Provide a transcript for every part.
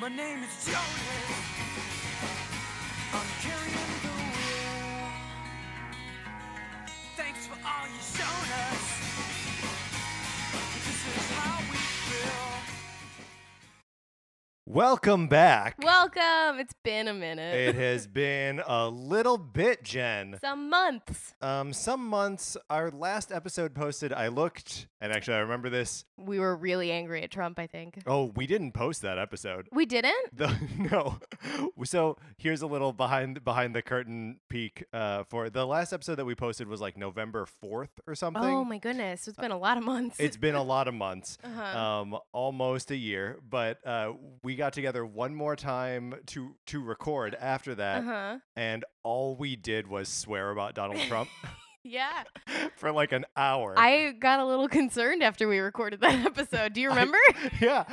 My name is Jody. I'm carrying the wheel. Thanks for all you've shown us. This is how we feel. Welcome back. Welcome. It's been a minute. it has been a little bit, Jen. Some months. Um, some months, our last episode posted, I looked, and actually, I remember this. We were really angry at Trump, I think. Oh, we didn't post that episode. We didn't? The, no, so here's a little behind behind the curtain peek. Uh, for the last episode that we posted was like November fourth or something. Oh my goodness. It's been a lot of months. it's been a lot of months, Uh-huh. um, almost a year. But uh, we got together one more time to to record after that, uh-huh. and all we did was swear about Donald Trump Yeah. for like an hour. I got a little concerned after we recorded that episode. Do you remember? yeah,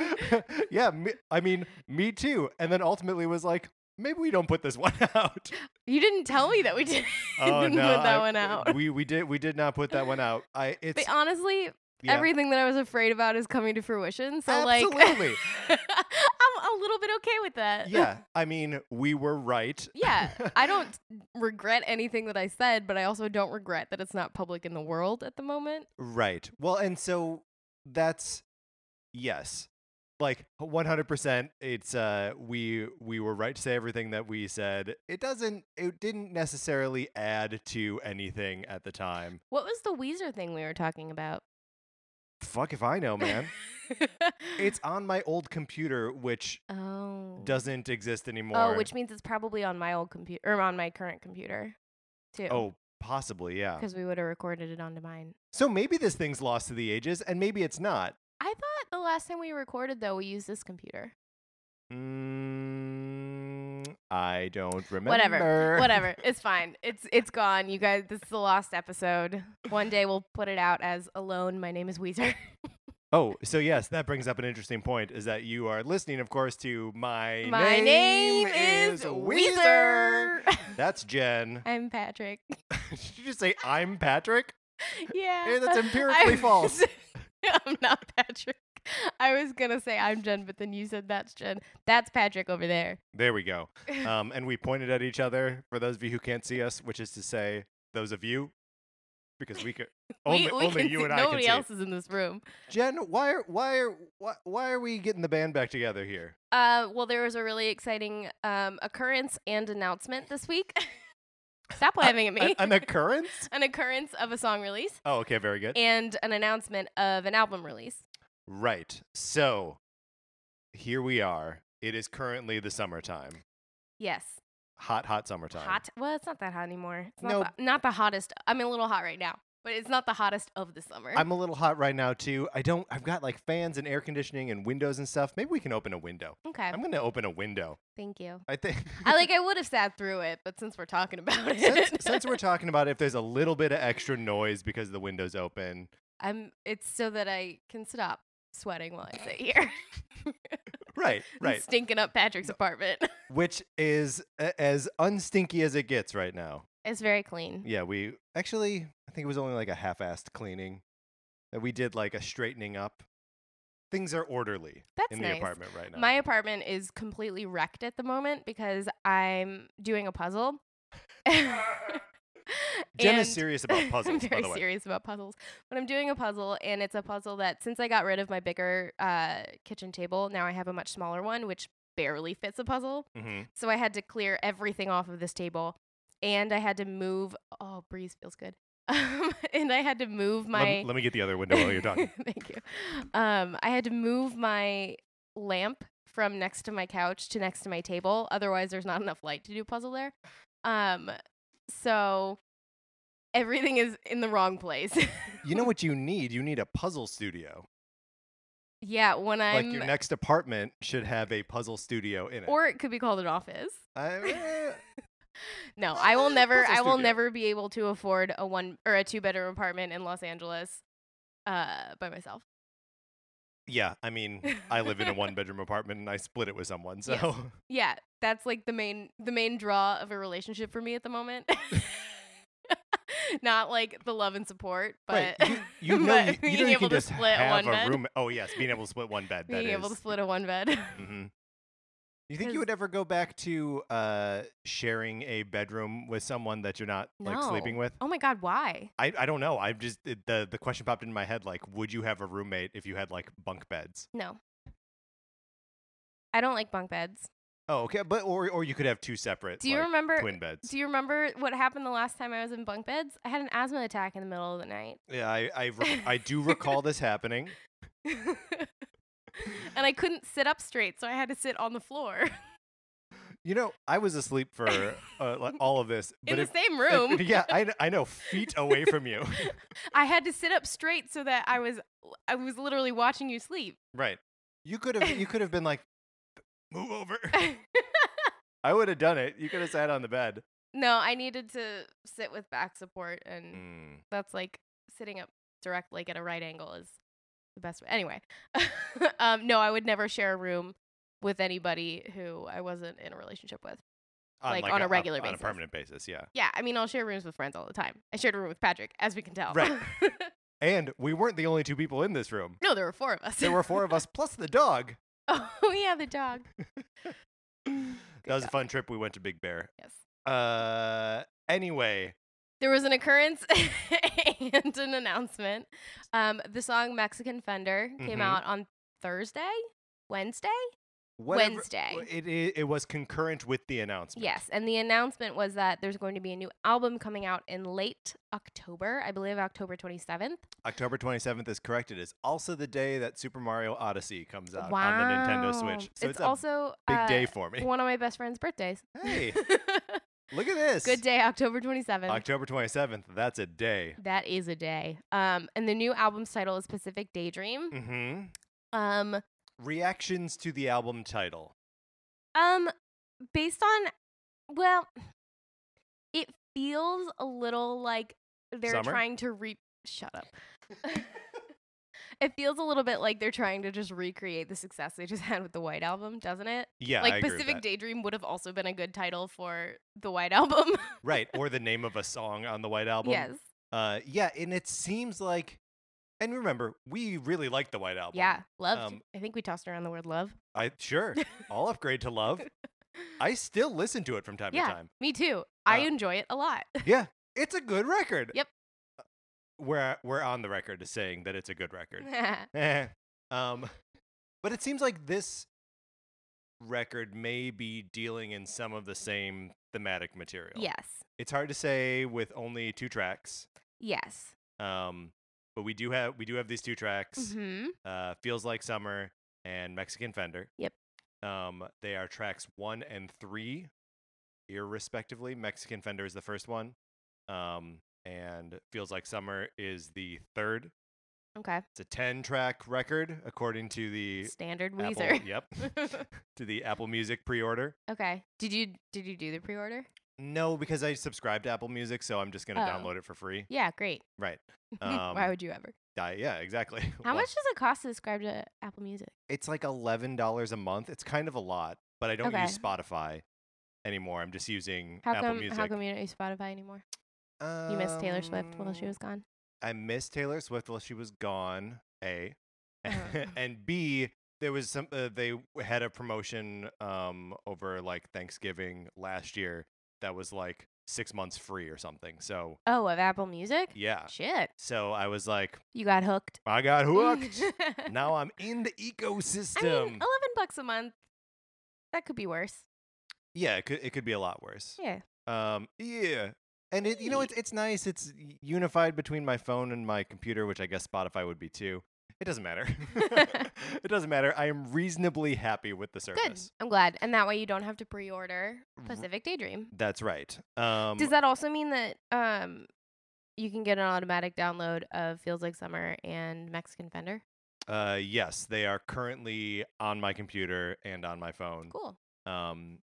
yeah. Me, I mean, me too. And then ultimately was like, maybe we don't put this one out. Oh, you didn't tell me that we did. Didn't put that one out. uh, We we did we did not put that one out. I it's But uh, honestly, yeah, everything that I was afraid about is coming to fruition. So like absolutely. I'm a little bit okay with that. yeah, I mean, we were right. Yeah, I don't regret anything that I said, but I also don't regret that it's not public in the world at the moment. Right. Well, and so that's yes. Like 100% it's uh we we were right to say everything that we said. It doesn't it didn't necessarily add to anything at the time. What was the Weezer thing we were talking about? Fuck if I know, man. it's on my old computer which oh. doesn't exist anymore. oh, which means it's probably on my old computer or on my current computer too. Oh, possibly, yeah. because we would have recorded it onto mine. So maybe this thing's lost to the ages and maybe it's not. I thought the last time we recorded though we used this computer. Mm, I don't remember. Whatever, whatever. It's fine. It's it's gone. You guys, this is the last episode. One day we'll put it out as alone. My name is Weezer. Oh, so yes, that brings up an interesting point is that you are listening, of course, to my, My name, is Weezer. Weezer. That's Jen. I'm Patrick. Did you just say I'm Patrick? Yeah. Hey, that's empirically I'm- false. I'm not Patrick. I was going to say I'm Jen, but then you said that's Jen. That's Patrick over there. There we go. Um, and we pointed at each other for those of you who can't see us, which is to say, those of you, because we could only, we, we only can oh, you see- and I can Nobody see. else is in this room. Jen, why are why are why, why are we getting the band back together here? Uh, well, there was a really exciting um, occurrence and announcement this week. Stop laughing at Uh, An, me. an occurrence? An occurrence of a song release Oh, okay, very good. and an announcement of an album release. Right. So here we are. It is currently the summertime. Yes. Hot, hot summertime. Hot. Well, it's not that hot anymore. It's not, No. the, not the hottest. I'm a little hot right now, but it's not the hottest of the summer. I'm a little hot right now too. I don't I've got like fans and air conditioning and windows and stuff. Maybe we can open a window. okay. I'm gonna open a window. Thank you. I think I like I would have sat through it, but since we're talking about it, since, since we're talking about if there's a little bit of extra noise because the window's open. I'm it's so that I can stop sweating while I sit here. and Right, right. Stinking up Patrick's apartment. Which is a- as unstinky as it gets right now. It's very clean. Yeah, we actually I think it was only like a half-assed cleaning that we did like a straightening up. Things are orderly That's in nice. the apartment right now. My apartment is completely wrecked at the moment because I'm doing a puzzle. Jen is And- serious about puzzles, I'm very by the way. serious about puzzles. But I'm doing a puzzle, and it's a puzzle that since I got rid of my bigger uh, kitchen table, now I have a much smaller one, which barely fits a puzzle. hmm So I had to clear everything off of this table, and I had to move. Oh, breeze feels good. Um, and I had to move Lem- my. Let, me get the other window while you're talking. Thank you. Um, I had to move my lamp from next to my couch to next to my table. Otherwise, there's not enough light to do a puzzle there. Um, so everything is in the wrong place. you know what you need? You need a puzzle studio. yeah, when I'm. like your next apartment should have a puzzle studio in it. or it could be called an office. I- eh, No, I will never. Puzzle I will studio. never be able to afford a one or a two bedroom apartment in Los Angeles, uh, by myself. yeah, I mean, I live in a one bedroom apartment and I split it with someone. So, Yes. Yeah, that's like the main the main draw of a relationship for me at the moment. Not like the love and support, but right, you, you know, but you, you being know you able can to just split have one a bed, room. Oh yes, being able to split one bed. being that able to is- split a one bed. Mhm. You think you 'Cause- would ever go back to uh, sharing a bedroom with someone that you're not like sleeping No. with? Oh my god, why? I, I don't know. I've just it, the the question popped into my head like, would you have a roommate if you had like bunk beds? No. I don't like bunk beds. Oh, okay, but or or you could have two separate Do you like, remember twin beds. Do you remember what happened the last time I was in bunk beds? I had an asthma attack in the middle of the night. yeah, I I, re- I do recall this happening. and I couldn't sit up straight, so I had to sit on the floor You know, I was asleep for uh, like, all of this, but in the if, same if- room. yeah, I kn- I know feet away from you. I had to sit up straight so that I was I was literally watching you sleep. Right. You could have you could have been like move over. I would have done it. You could have sat on the bed. no, I needed to sit with back support and Mm. that's like sitting up direct like at a right angle is the best way anyway um no i would never share a room with anybody who i wasn't in a relationship with Like, on a regular on a basis. permanent basis, yeah. yeah i mean i'll share rooms with friends all the time i shared a room with patrick as we can tell Right. And we weren't the only two people in this room. no there were four of us There were four of us plus the dog. oh yeah the dog That was a fun trip. We went to Big Bear. yes Uh, anyway, there was an occurrence and an announcement um the song mexican fender came Mhm. out on thursday wednesday whatever, Wednesday. It, it it was concurrent with the announcement. Yes, and the announcement was that there's going to be a new album coming out in late October, I believe October 27th. October 27th is correct. It is also the day that Super Mario Odyssey comes out on the Nintendo Switch. So it's, it's, a also big uh, day for me. one of my best friend's birthdays. Hey, look at this. Good day, October 27th. October 27th. That's a day. that is a day. Um, and the new album's title is Pacific Daydream. Mm-hmm. Um, Reactions to the album title. um, based on, well, it feels a little like they're Summer? trying to re. Shut up. It feels a little bit like they're trying to just recreate the success they just had with the White Album, doesn't it? yeah, I like agree with Pacific that. Daydream would have also been a good title for the White Album. right, or the name of a song on the White Album. yes. Uh, yeah, and it seems like, and remember, we really like the White Album. Yeah. Loved. Um, I think we tossed around the word love. I sure. I'll upgrade to Love. I still listen to it from time Yeah. to time. Me too. I Uh, enjoy it a lot. Yeah, it's a good record. Uh, Yep. We're we're on the record as saying that it's a good record. Eh. um, but it seems like this record may be dealing in some of the same thematic material. yes. It's hard to say with only two tracks. Yes. Um, but we do have we do have these two tracks. hmm uh, Feels Like Summer and Mexican Fender. Yep. Um, they are tracks one and three, irrespectively. Mexican Fender is the first one, um, and Feels Like Summer is the third. Okay. It's a ten-track record according to the Standard Apple. Weezer. Yep. to the Apple Music pre-order. okay. Did you did you do the pre-order? No, because I subscribe to Apple Music, so I'm just gonna Oh. download it for free. Yeah. Great. Right. Why Um, would you ever? I- yeah, exactly. How Well, much does it cost to subscribe to Apple Music? it's like eleven dollars a month. It's kind of a lot, but I don't use Okay. Spotify anymore. I'm just using How Apple come? Music. How come you don't use Spotify anymore? You missed Taylor Swift while she was gone. Um, I missed Taylor Swift while she was gone. A Oh. and B. There was some. Uh, they w- had a promotion um, over like Thanksgiving last year that was like six months free or something. So Oh, of Apple Music? yeah. Shit. So I was like, You got hooked. I got hooked. I now I'm in the mean, oh ecosystem. eleven bucks a month. That could be worse. yeah, it could it could be a lot worse. Yeah. Um, yeah, and it you know Hey. it's it's nice. It's y- unified between my phone and my computer, which I guess Spotify would be too. It doesn't matter. it doesn't matter. I am reasonably happy with the Good. service. I'm glad. And that way you don't have to pre order R- Pacific Daydream. That's right. Um, Does that also mean that um you can get an automatic download of Feels Like Summer and Mexican Fender? uh, yes, they are currently on my computer and on my phone. Cool. Um,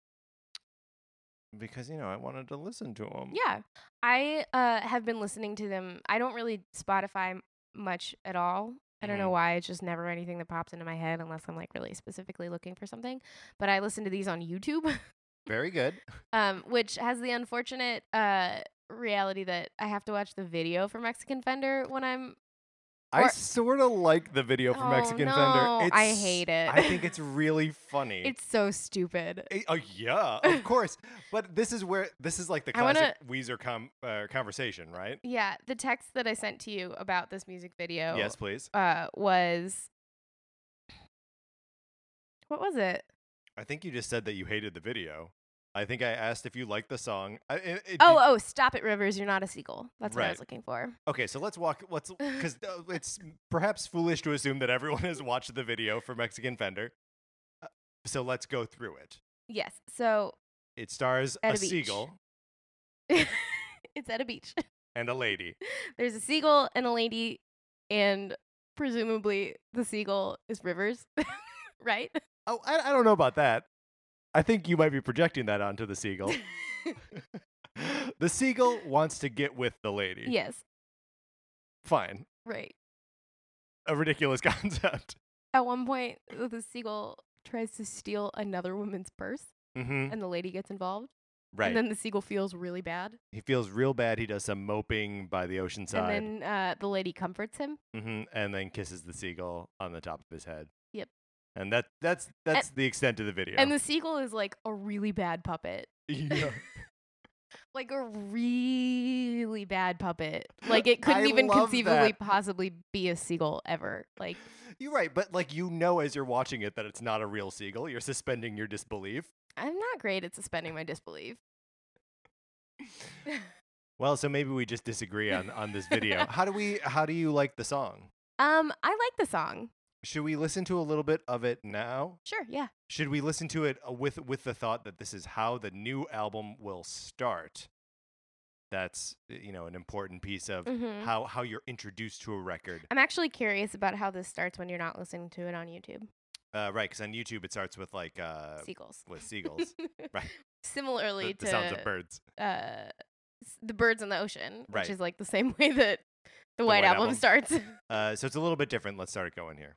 because you know I wanted to listen to them. Yeah. I uh have been listening to them. I don't really Spotify m- much at all. I don't know why. It's just never anything that pops into my head unless I'm like really specifically looking for something. But I listen to these on YouTube. Very good. um, which has the unfortunate uh, reality that I have to watch the video for Mexican Fender when I'm I Or- sort of like the video for Oh, Mexican no, Fender. I hate it. I think it's really funny. It's so stupid. Eh, Oh yeah, of course. But this is where this is like the I wanna- classic Weezer com- uh, conversation, right? Yeah, the text that I sent to you about this music video Yes, please. uh, was what was it? I think you just said that you hated the video. I think I asked if you liked the song. I, eh, it, it Oh, did- oh, stop it, Rivers. You're not a seagull. That's what I was Right. looking for. okay. So let's walk. Let's oh. because uh, it's perhaps foolish to assume that everyone has watched the video for Mexican Fender. Uh, so let's go through it. Yes. So It stars At a beach. seagull it's at a beach. and a lady. There's a seagull and a lady, and presumably the seagull is Rivers, right? Oh, I, I don't know about that. I think you might be projecting that onto the seagull. the seagull wants to get with the lady. yes. Fine. Right. A ridiculous concept. At one point, uh, the seagull tries to steal another woman's purse, Mm-hmm. and the lady gets involved. Right. And then the seagull feels really bad. he feels real bad. He does some moping by the ocean side. And then uh, the lady comforts him. hmm and then kisses the seagull on the top of his head. Yep. And that that's that's the extent of the video. And the seagull is like a really bad puppet. Yeah. Like a really bad puppet. Like it couldn't I even love conceivably that. possibly be a seagull ever. Like You're right, but like you know as you're watching it that it's not a real seagull. You're suspending your disbelief. I'm not great at suspending my disbelief. Well, so maybe we just disagree on on this video. how do we how do you like the song? Um, I like the song. Should we listen to a little bit of it now? Sure, yeah. Should we listen to it uh, with with the thought that this is how the new album will start? That's uh, you know an important piece of Mhm. how how you're introduced to a record, I'm actually curious about how this starts when you're not listening to it on YouTube. uh, right? Because on YouTube it starts with like uh, Seagulls. with seagulls, right. Similarly the, to the sounds of birds. uh, s- the birds in the ocean, Right. which is like the same way that the, White White, album, Album. starts. Uh, so it's a little bit different. Let's start it going here.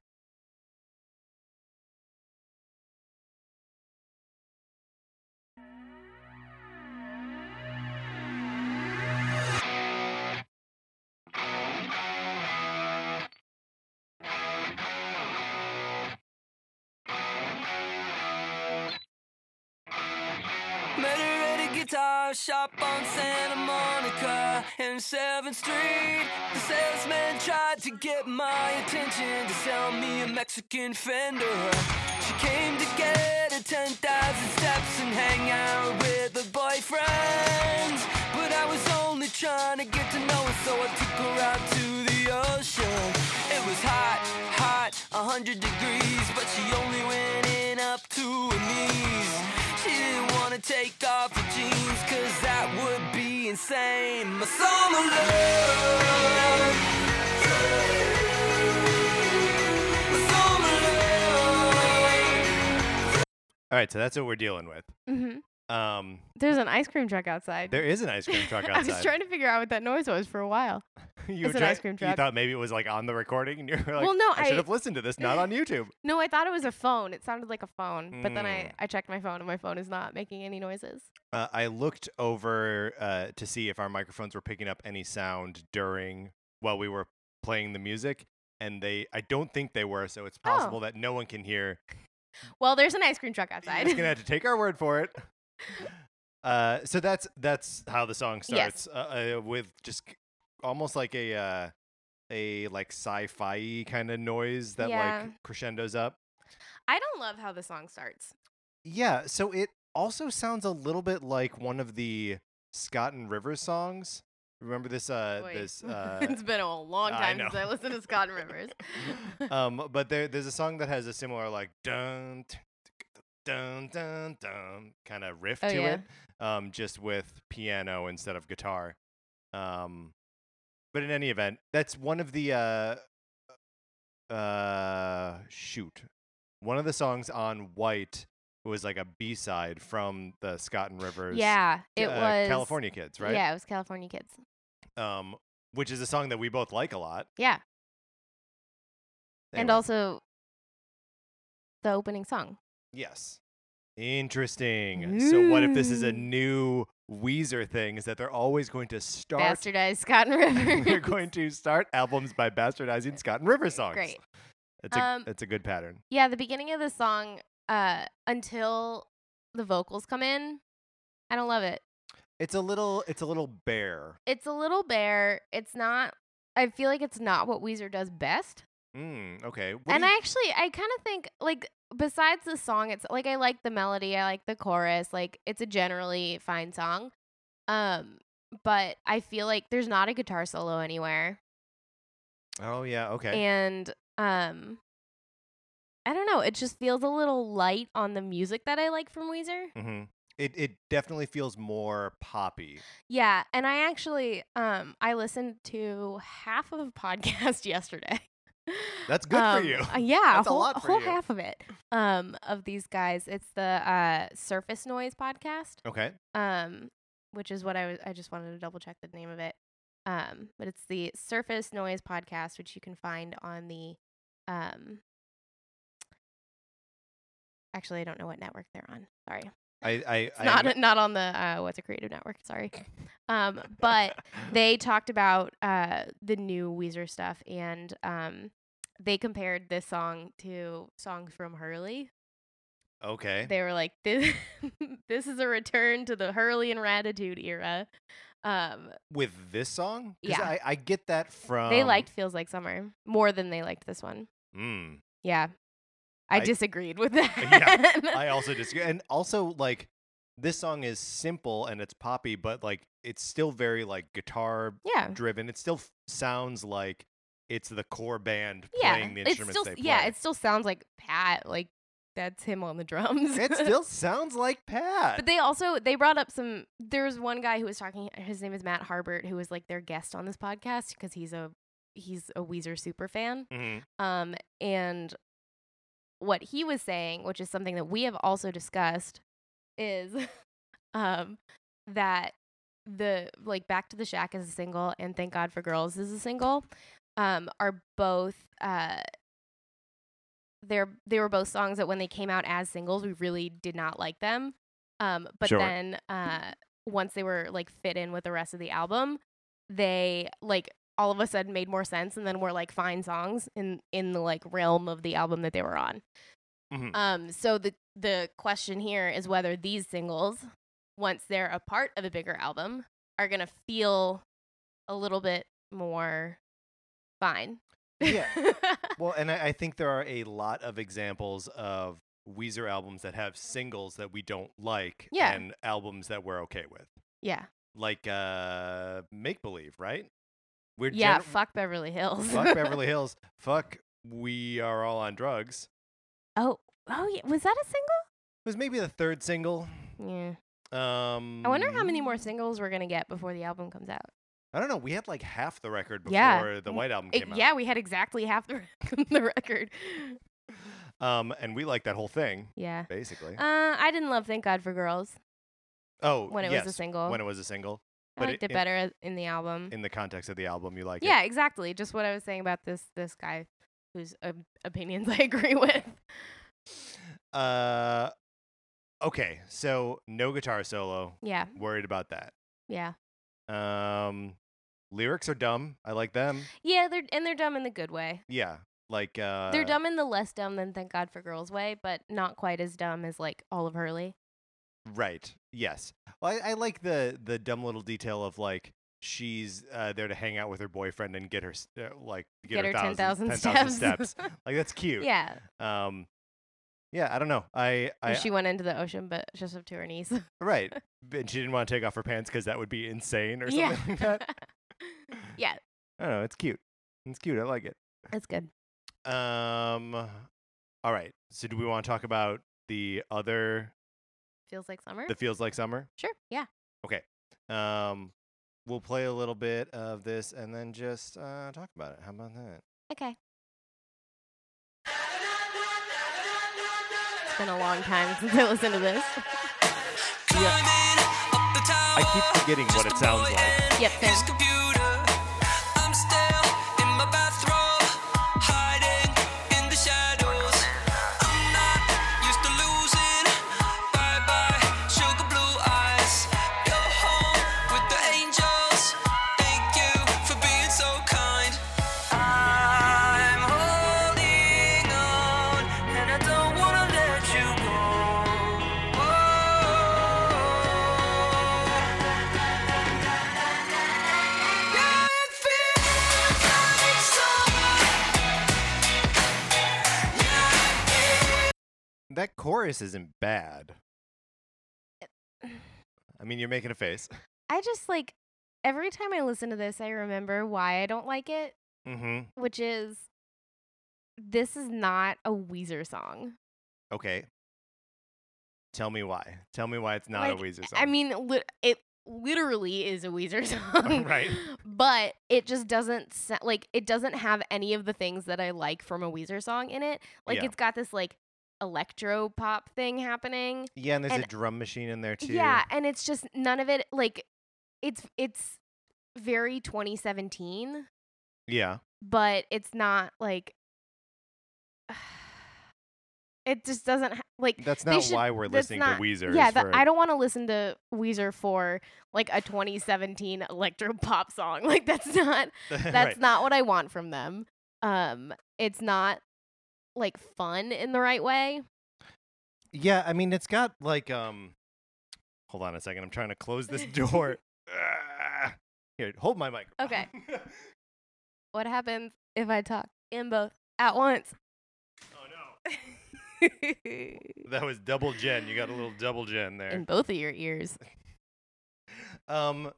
Met her at a guitar shop on Santa Monica and 7th Street. The salesman tried to get my attention to sell me a Mexican fender. She came to get her 10,000 steps and hang out with her boyfriend. But I was only trying to get to know her, so I took her out to the ocean. It was hot, hot, 100 degrees, but she only went in up to her knees. She didn't want to take off her jeans, cause that would be insane. My summer love. My summer love. All right, so that's what we're dealing with. hmm Um, There's an ice cream truck outside. there is an ice cream truck I outside. was trying to figure out what that noise was for a while. you It's were an try- ice cream You truck. thought maybe it was like on the recording, and you were like, Well, no, I, should I- have listened to this, not on YouTube." No, I thought it was a phone. It sounded like a phone, but then I, Mm. I checked my phone and my phone is not making any noises. Uh, I looked over uh, to see if our microphones were picking up any sound during while we were playing the music, and they. I don't think they were, so it's Oh. possible that no one can hear. Well, there's an ice cream truck You're outside. just gonna have to take our word for it. Uh, so that's that's how the song Yes. starts uh, uh, with just k- almost like a uh, a like sci-fi kind of noise that Yeah. like crescendos up. I don't love how the song starts. Yeah, so it also sounds a little bit like one of the Scott and Rivers songs. Remember this uh Wait. this uh it's been a long I time know. since I listened to Scott and Rivers. um but there there's a song that has a similar like dun t- t- dun dun dun kind of riff Oh, to yeah. it um just with piano instead of guitar. Um but in any event, that's one of the uh uh shoot. One of the songs on White was like a B-side from the Scott and Rivers yeah, it uh, was California Kids, right? Yeah, it was California Kids. Um, which is a song that we both like a lot. Yeah, and Anyway, also the opening song. yes, Interesting. So what if this is Mm. a new Weezer thing? Is that they're always going to start? Bastardized Cotton River. they're going to start albums by bastardizing Scott and River songs. Uh, Great. That's a Um, that's a good pattern. Yeah, the beginning of the song, uh, until the vocals come in, I don't love it. It's a little it's a little bare. It's a little bare. It's not. I feel like it's not what Weezer does best. Mm, okay. What do and you- I actually, I kind of think like besides the song, it's like I like the melody, I like the chorus, like it's a generally fine song. Um, but I feel like there's not a guitar solo anywhere, Oh yeah, okay. and um, I don't know. It just feels a little light on the music that I like from Weezer. Mm-hmm. It it definitely feels more poppy. Yeah, and I actually um I listened to half of a podcast yesterday. That's good for Um, you. uh, yeah, That's a whole, lot for whole you. half of it. Um of these guys. It's the uh Surface Noise podcast. Okay. Um which is what I was I just wanted to double check the name of it. Um but it's the Surface Noise podcast which you can find on the um Actually, I don't know what network they're on. Sorry. I I, I Not ima- not on the uh what's a creative network, sorry. Um but they talked about uh, the new Weezer stuff and um, they compared this song to songs from Hurley. okay. They were like, this, this is a return to the Hurley and Ratitude era. Um, With this song? 'Cause Yeah. I, I get that from they liked Feels Like Summer more than they liked this one. Mm. Yeah. I, I- disagreed with that. I also disagree. And also, like, this song is simple and it's poppy, but like, it's still very like guitar yeah. driven. It still f- sounds like it's the core band Yeah. playing the It's instruments still, they play. yeah, it still sounds like Pat. Like, that's him on the drums. it still sounds like Pat. But they also they brought up some. There was one guy who was talking. His name is Matt Harbert, who was like their guest on this podcast because he's a he's a Weezer super fan. Mhm. Um, and what he was saying, which is something that we have also discussed, is um that the like Back to the Shack is a single and Thank God for Girls is a single. Um, are both uh they're they were both songs that when they came out as singles we really did not like them. Um, but Sure. then uh once they were like fit in with the rest of the album, they like all of a sudden made more sense and then were like fine songs in in the like realm of the album that they were on. Mhm. Um so the the question here is whether these singles once they're a part of a bigger album are going to feel a little bit more fine. Yeah. Well, and I, I think there are a lot of examples of Weezer albums that have singles that we don't like Yeah. and albums that we're okay with. yeah. Like uh Make Believe, right? We're Yeah, gen- fuck Beverly Hills. fuck Beverly Hills. Fuck We Are All on Drugs. oh, oh yeah. Was that a It was maybe the third single. single? Yeah. Um I wonder how many more Mm-hmm. singles we're going to get before the album comes out. I don't know. We had like half the record before Yeah. the Mm, White Album It- came yeah, we had exactly half the, the record. out. Um and we liked that whole thing, Yeah. basically. Uh, I didn't love Thank God for Girls oh, when it yes, was a single. When it was a single. I but liked it- it, it- better as- in the album. In the context of the album, you like it. yeah, exactly. Just what I was saying about this this guy whose um, opinions I agree with. Uh, okay, so no guitar solo. Yeah. Worried about that. Yeah. Um, lyrics are dumb. I like them. Yeah, they're and they're dumb in the good way. Yeah, like uh, they're dumb in the less dumb than Thank God for Girls way, but not quite as dumb as like all of Hurley. Right. Yes. Well, I, I like the the dumb little detail of like she's uh, there to hang out with her boyfriend and get her s- uh, like Get her 10,000 steps. like that's cute. Yeah. Um. Yeah, I don't know. I, I And she went into the ocean but just up to her knees. right. And she didn't want to take off her pants because that would be insane or something yeah. like that. yeah. I don't know. It's cute. It's cute. I like it. That's good. Um. All right. So, do we want to talk about the other Feels like summer. that feels like summer? sure. Yeah. Um, we'll play a little bit of this and then just uh, talk about it. How about that? Okay. It's been a long time since I listened to this. Climbing up the tower. I keep forgetting what it sounds like. Yep, same. His computer. I'm still in my bathrobe, hiding in the shadows. I'm not used to losing, but Oh. that chorus isn't bad. Eh, I mean, you're making a face. I just like every time I listen to this, I remember why I don't like it, Mm-hmm. which is this is not a Weezer song. Okay. Tell me why. Tell me why it's not Like, a Weezer song. I mean, li- it literally is a Weezer song. Right. But it just doesn't sa- like it doesn't have any of the things that I like from a Weezer song in it. Like Yeah. it's got this like electro pop thing happening. yeah, and there's and- a drum machine in there too. Yeah, and it's just none of it like it's it's very 2017, Yeah. but it's not like it just doesn't ha- like That's They not should- why we're that's listening not- to Weezer. yeah, is that, for- I don't want to listen to Weezer for like a 2017 electro pop song. Like that's not that's Right. not what I want from them. Um, it's not like fun in the right way. Yeah, I mean, it's got like um. Hold on a second. I'm trying to close this door. Ah. Here, hold my mic. Okay. What happens if I talk in both at once? oh in no, that was double gen. You got a little double gen there. both of your ears. Um,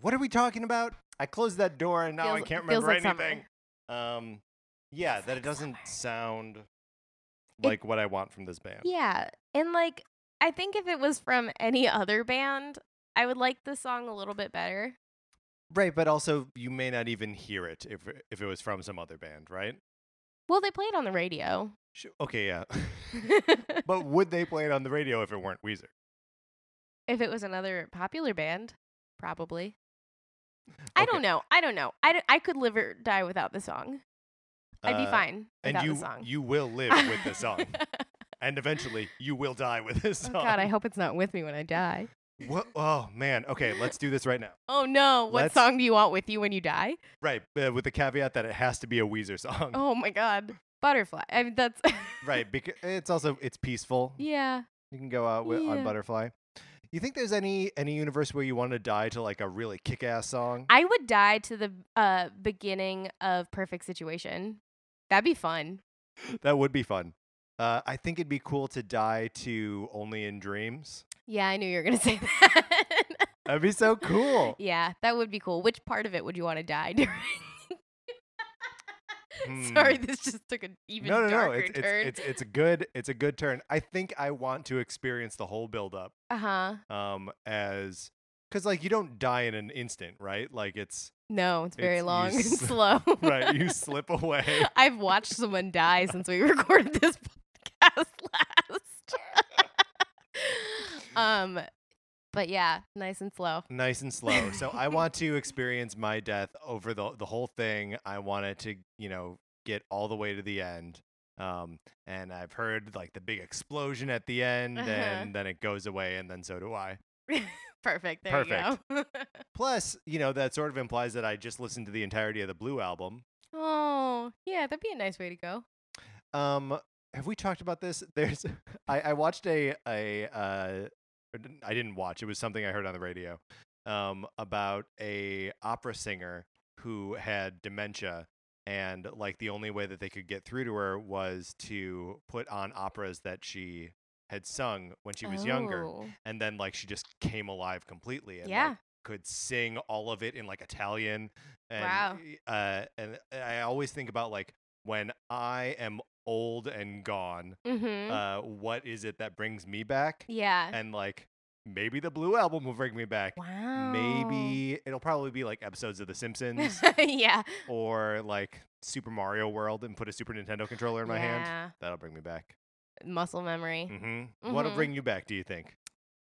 what are we talking about? I closed that door and now I Feels- can't feels remember like summer. anything. Um, yeah, Feels that like it doesn't summer. sound like what I want from this band. Yeah. And like I think if it was from any other band, I would like the song a little bit better. Right, but also you may not even hear it if if it was from some other band, right? Well, they play it on the radio. Sh- Okay, yeah. but would they play it on the radio if it weren't Weezer? If it was another popular band, probably. I Okay. don't know. I don't know. I, d- I could live or die without the song. I'd be Uh, fine And without you the song. you will live with the song, and eventually you will die with this oh song. God, I hope it's not with me when I die. What? Oh man. Okay, let's do this right now. Oh no! What Let's- song do you want with you when you die? Right, uh, with the caveat that it has to be a Weezer song. Oh my God, Butterfly. I mean, that's Um, Right, because it's also it's peaceful. yeah. You can go out with, Yeah. on Butterfly. You think there's any any universe where you want to die to like a really kick-ass song? I would die to the uh, beginning of Perfect Situation. That'd be fun. that would be fun. Uh, I think it'd be cool to die to Only in Dreams. Yeah, I knew you were gonna say that. That'd be so cool. yeah, that would be cool. Which part of it would you want to die during? Hmm. Sorry, this just took an even Mm. no, no, no. darker It's, it's turn. it's it's a good it's a good turn. I think I want to experience the whole buildup uh huh. um, as because like you don't die in an instant, right? Like it's No, it's very It's- you long and s- slow. right. You slip away. I've watched someone die since we recorded this podcast last. um, but yeah, nice and slow. nice and slow. So I want to experience my death over the the whole thing. I want it to, you know, get all the way to the end. Um, and I've heard like the big explosion at the end, Uh-huh. and then it goes away, and then so do I. Perfect. There you go. Plus, you know, that sort of implies that I just listened to the entirety of the Blue album. oh, yeah, that'd be a nice way to go. Um, have we talked about this? There's, I, I watched a a uh, or didn't- I didn't watch. It was something I heard on the radio, um, about a opera singer who had dementia, and like the only way that they could get through to her was to put on operas that she had sung when she was younger, Oh, and then like she just came alive completely. And, yeah. like, could sing all of it in like Italian. And, Wow. Uh, and I always think about like when I am old and gone, mm-hmm. uh, what is it that brings me back? yeah. And like maybe the Blue album will bring me back. wow. Maybe it'll probably be like episodes of The Simpsons yeah. or like Super Mario World and put a Super Nintendo controller in my hand. Yeah. That'll bring me back. Muscle memory. hmm What'll Mhm. bring you back, do you think?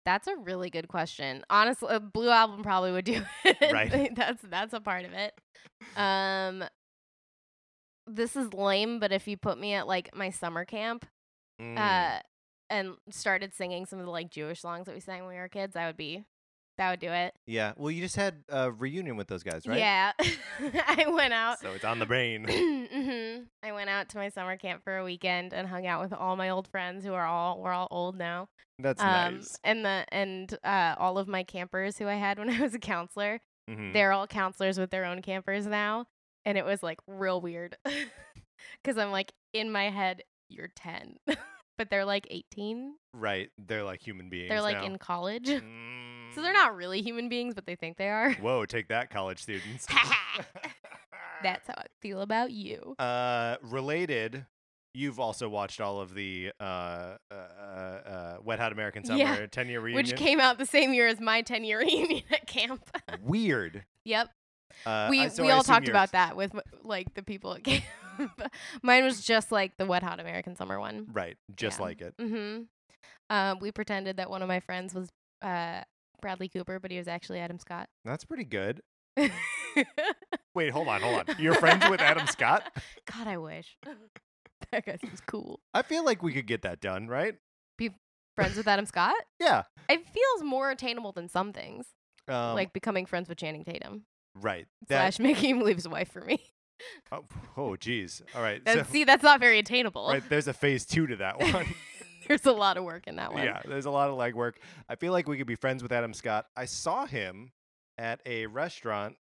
That's a really good question. Honestly, a blue album probably would do it. Right. that's that's a part of it. Um this is lame, but if you put me at like my summer camp Mm. uh and started singing some of the like Jewish songs that we sang when we were kids, I would be that would do it. yeah. Well, you just had a reunion with those guys, right? Yeah. I went out So it's on the brain. hmm I went out to my summer camp for a weekend and hung out with all my old friends who are all we're all old now. That's um nice. and the and uh all of my campers who I had when I was a counselor. Mhm. they're all counselors with their own campers now and it was like real weird because i'm like in my head you're 10 but they're like 18. Right. They're like human beings. They're like now. in college. Mm. So they're not really human beings, but they think they are. Whoa, take that, college students. That's how I feel about you. uh, related. You've also watched all of the uh, uh, uh, uh, Wet Hot American Summer Yeah. 10 year reunion. Which came out the same year as my 10 year reunion at camp. Weird. yep. Uh, we I- so we I all assume talked yours- about that with like the people at camp. Mine was just like the Wet Hot American Summer one. Right. Just Yeah. like it. Mm-hmm. Uh, we pretended that one of my friends was uh, Bradley Cooper, but he was actually Adam Scott. That's pretty good. God, Wait, hold on, hold on. You're friends with Adam Scott? I wish. that guy seems cool. I feel like we could get that done, right? Friends with Adam Scott? Yeah. It feels more attainable than some things, Um, like becoming friends with Channing Tatum right. slash making him leave his wife for me. Oh, oh, geez. All right. That- So, see, that's not very attainable. right. There's a phase two to that one. There's a lot of work in that one. yeah. There's a lot of legwork. I feel like we could be friends with Adam Scott. I saw him at a restaurant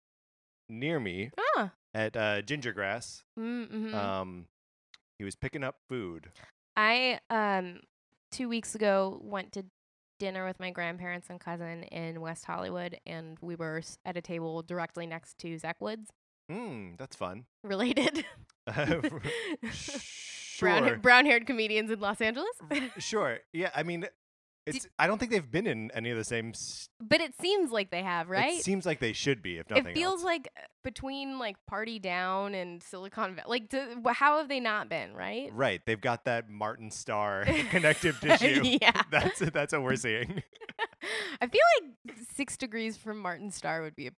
near me Ah. at uh, Gingergrass. Mm-hmm. Um, he was picking up food. I um two weeks ago went to dinner with my grandparents and cousin in West Hollywood, and we were s- at a table directly next to Zach Woods, Mm, that's fun. related. Oh, sure. Brown brown haired comedians in Los Angeles. Sure. Yeah. I mean, it's. I don't think they've been in any of the same. s- but it seems like they have, right? It seems like they should be, if nothing It feels else. like uh, between like Party Down and Silicon Valley, like to, wh- how have they not been, right? right. They've got that Martin Starr connective tissue. yeah. That's that's what we're seeing. I feel like six degrees from Martin Starr would be a,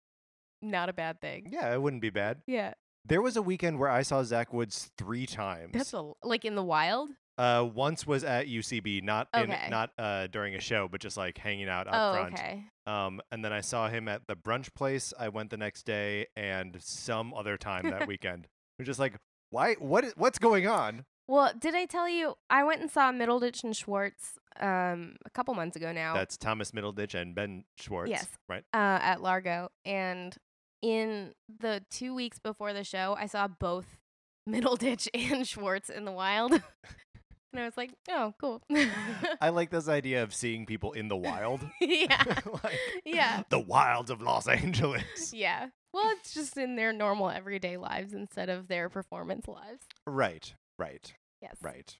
not a bad thing. Yeah, it wouldn't be bad. Yeah. There was a weekend where I saw Zach Woods three times. That's a l- like in the wild. uh, once was at UCB, not Okay. in, not uh, during a show, but just like hanging out up oh, front. okay. Um, and then I saw him at the brunch place. I went the next day and some other time that weekend. We're just like, why? What? i- What's going on? Well, did I tell you I went and saw Middleditch and Schwartz um, a couple months ago now That's Thomas Middleditch and Ben Schwartz. Yes. Right. uh, at Largo, and in the two weeks before the show, I saw both Middleditch and Schwartz in the wild, and I was like, oh, cool. I like this idea of seeing people in the wild. yeah, like, yeah, The wilds of Los Angeles. yeah. Well, it's just in their normal everyday lives instead of their performance lives. Right. Right. Yes. Right.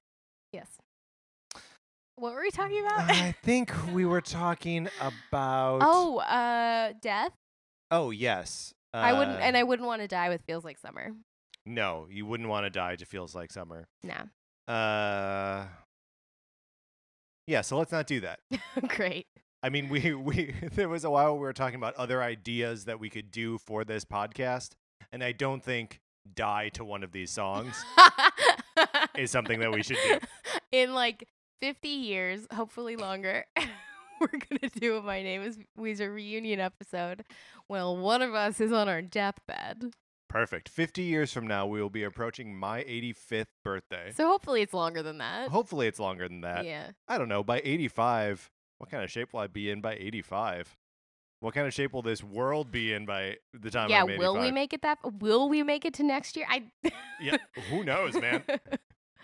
Yes. What were we talking about? I think we were talking about. oh, uh, death. Oh yes. Uh, I wouldn't, and I wouldn't want to die with feels like summer. No, you wouldn't want to die to feels like summer. Nah, Uh. Yeah. So let's not do that. great. I mean, we we there was a while we were talking about other ideas that we could do for this podcast, and I don't think die to one of these songs is something that we should do. In like 50 years, hopefully longer, we're gonna do a My Name Is Weezer reunion episode. Well, one of us is on our deathbed, Perfect. 50 years from now, we will be approaching my 85th birthday. so uh, hopefully it's longer than that. Hopefully, it's longer than that. yeah, I don't know. By 85, what kind of shape will I be in by 85? What kind of shape will this world be in by the time yeah. I'm 85? Will we make it that? Will we make it to next year? I. Yeah, who knows, man?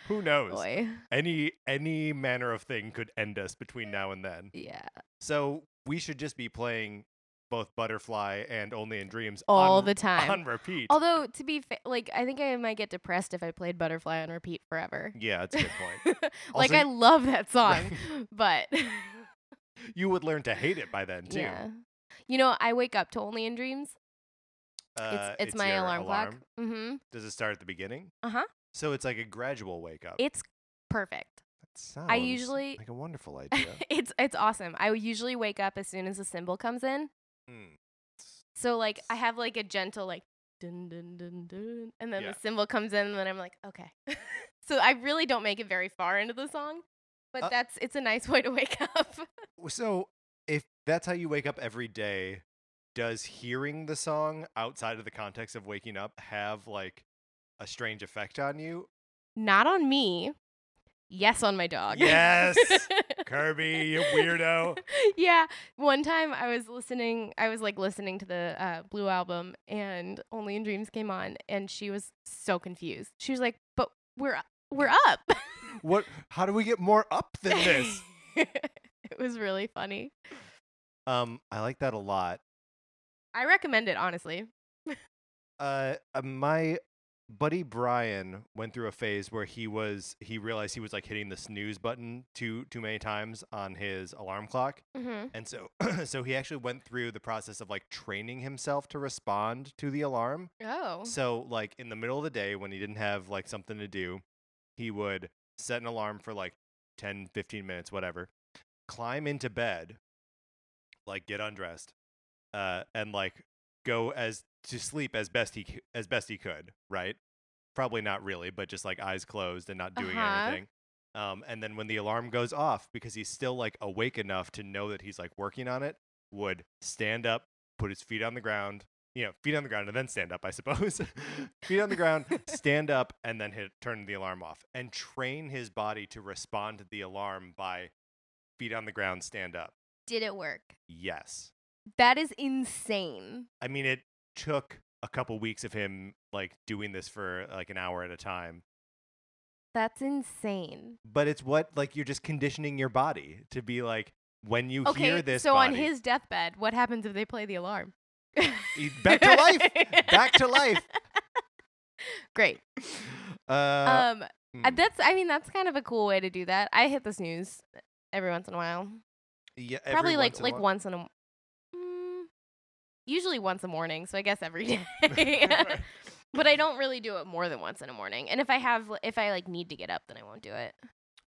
Who knows? Boy, Any any manner of thing could end us between now and then. yeah. So we should just be playing both Butterfly and Only in Dreams All on, the time. on repeat. Although to be fa- like, I think I might get depressed if I played Butterfly on repeat forever. yeah, that's a good point. like Also- I love that song, but You would learn to hate it by then too. yeah, you know I wake up to only in dreams. It's Uh, it's, my your alarm, alarm. Oh. clock. Mm-hmm. Does it start at the beginning? Uh-huh. So it's like a gradual wake up. It's perfect. that sounds usually- like a wonderful idea. it's it's awesome. I usually wake up as soon as the symbol comes in. Mm. So like I have like a gentle like dun dun dun dun, and then Yeah. the symbol comes in, and then I'm like okay. so I really don't make it very far into the song, but Uh, that's it's a nice way to wake up. So if that's how you wake up every day, does hearing the song outside of the context of waking up have like a strange effect on you? Not on me. Yes, on my dog. Yes. Kirby, you weirdo. yeah. One time I was listening, I was like listening to the uh, Blue album, and Only in Dreams came on, and she was so confused. She was like, "But we're u- we're up." what? How do we get more up than this? it was really funny. Um, I like that a lot. I recommend it honestly. Uh, uh, my buddy Brian went through a phase where he was he realized he was like hitting the snooze button too too many times on his alarm clock, Mm-hmm. and so so he actually went through the process of like training himself to respond to the alarm. Oh. So, like in the middle of the day when he didn't have like something to do, he would set an alarm for like 10, 15 minutes, whatever, climb into bed, like get undressed, uh, and like go as to sleep as best he c- as best he could, right? Probably not really, but just like eyes closed and not doing Uh-huh. anything. Um, and then when the alarm goes off, because he's still like awake enough to know that he's like working on it, would stand up, put his feet on the ground, you know, feet on the ground and then stand up, I suppose. feet on the ground, stand up, and then hit turn the alarm off, and train his body to respond to the alarm by feet on the ground, stand up. Did it work? Yes, That is insane. I mean it took a couple weeks of him like doing this for like an hour at a time, That's insane. but it's what like you're just conditioning your body to be like when you hear Okay, this. so on body- his deathbed, what happens if they play the alarm? He- back to life, back to life. Great. Uh, Um, mm. Uh, That's I mean that's kind of a cool way to do that. I hit the snooze every once in a while. yeah, every Probably once like in a like while- once in a mm, usually once a morning, so I guess every day. Right. but I don't really do it more than once in a morning. And if I have if I like need to get up, then I won't do it.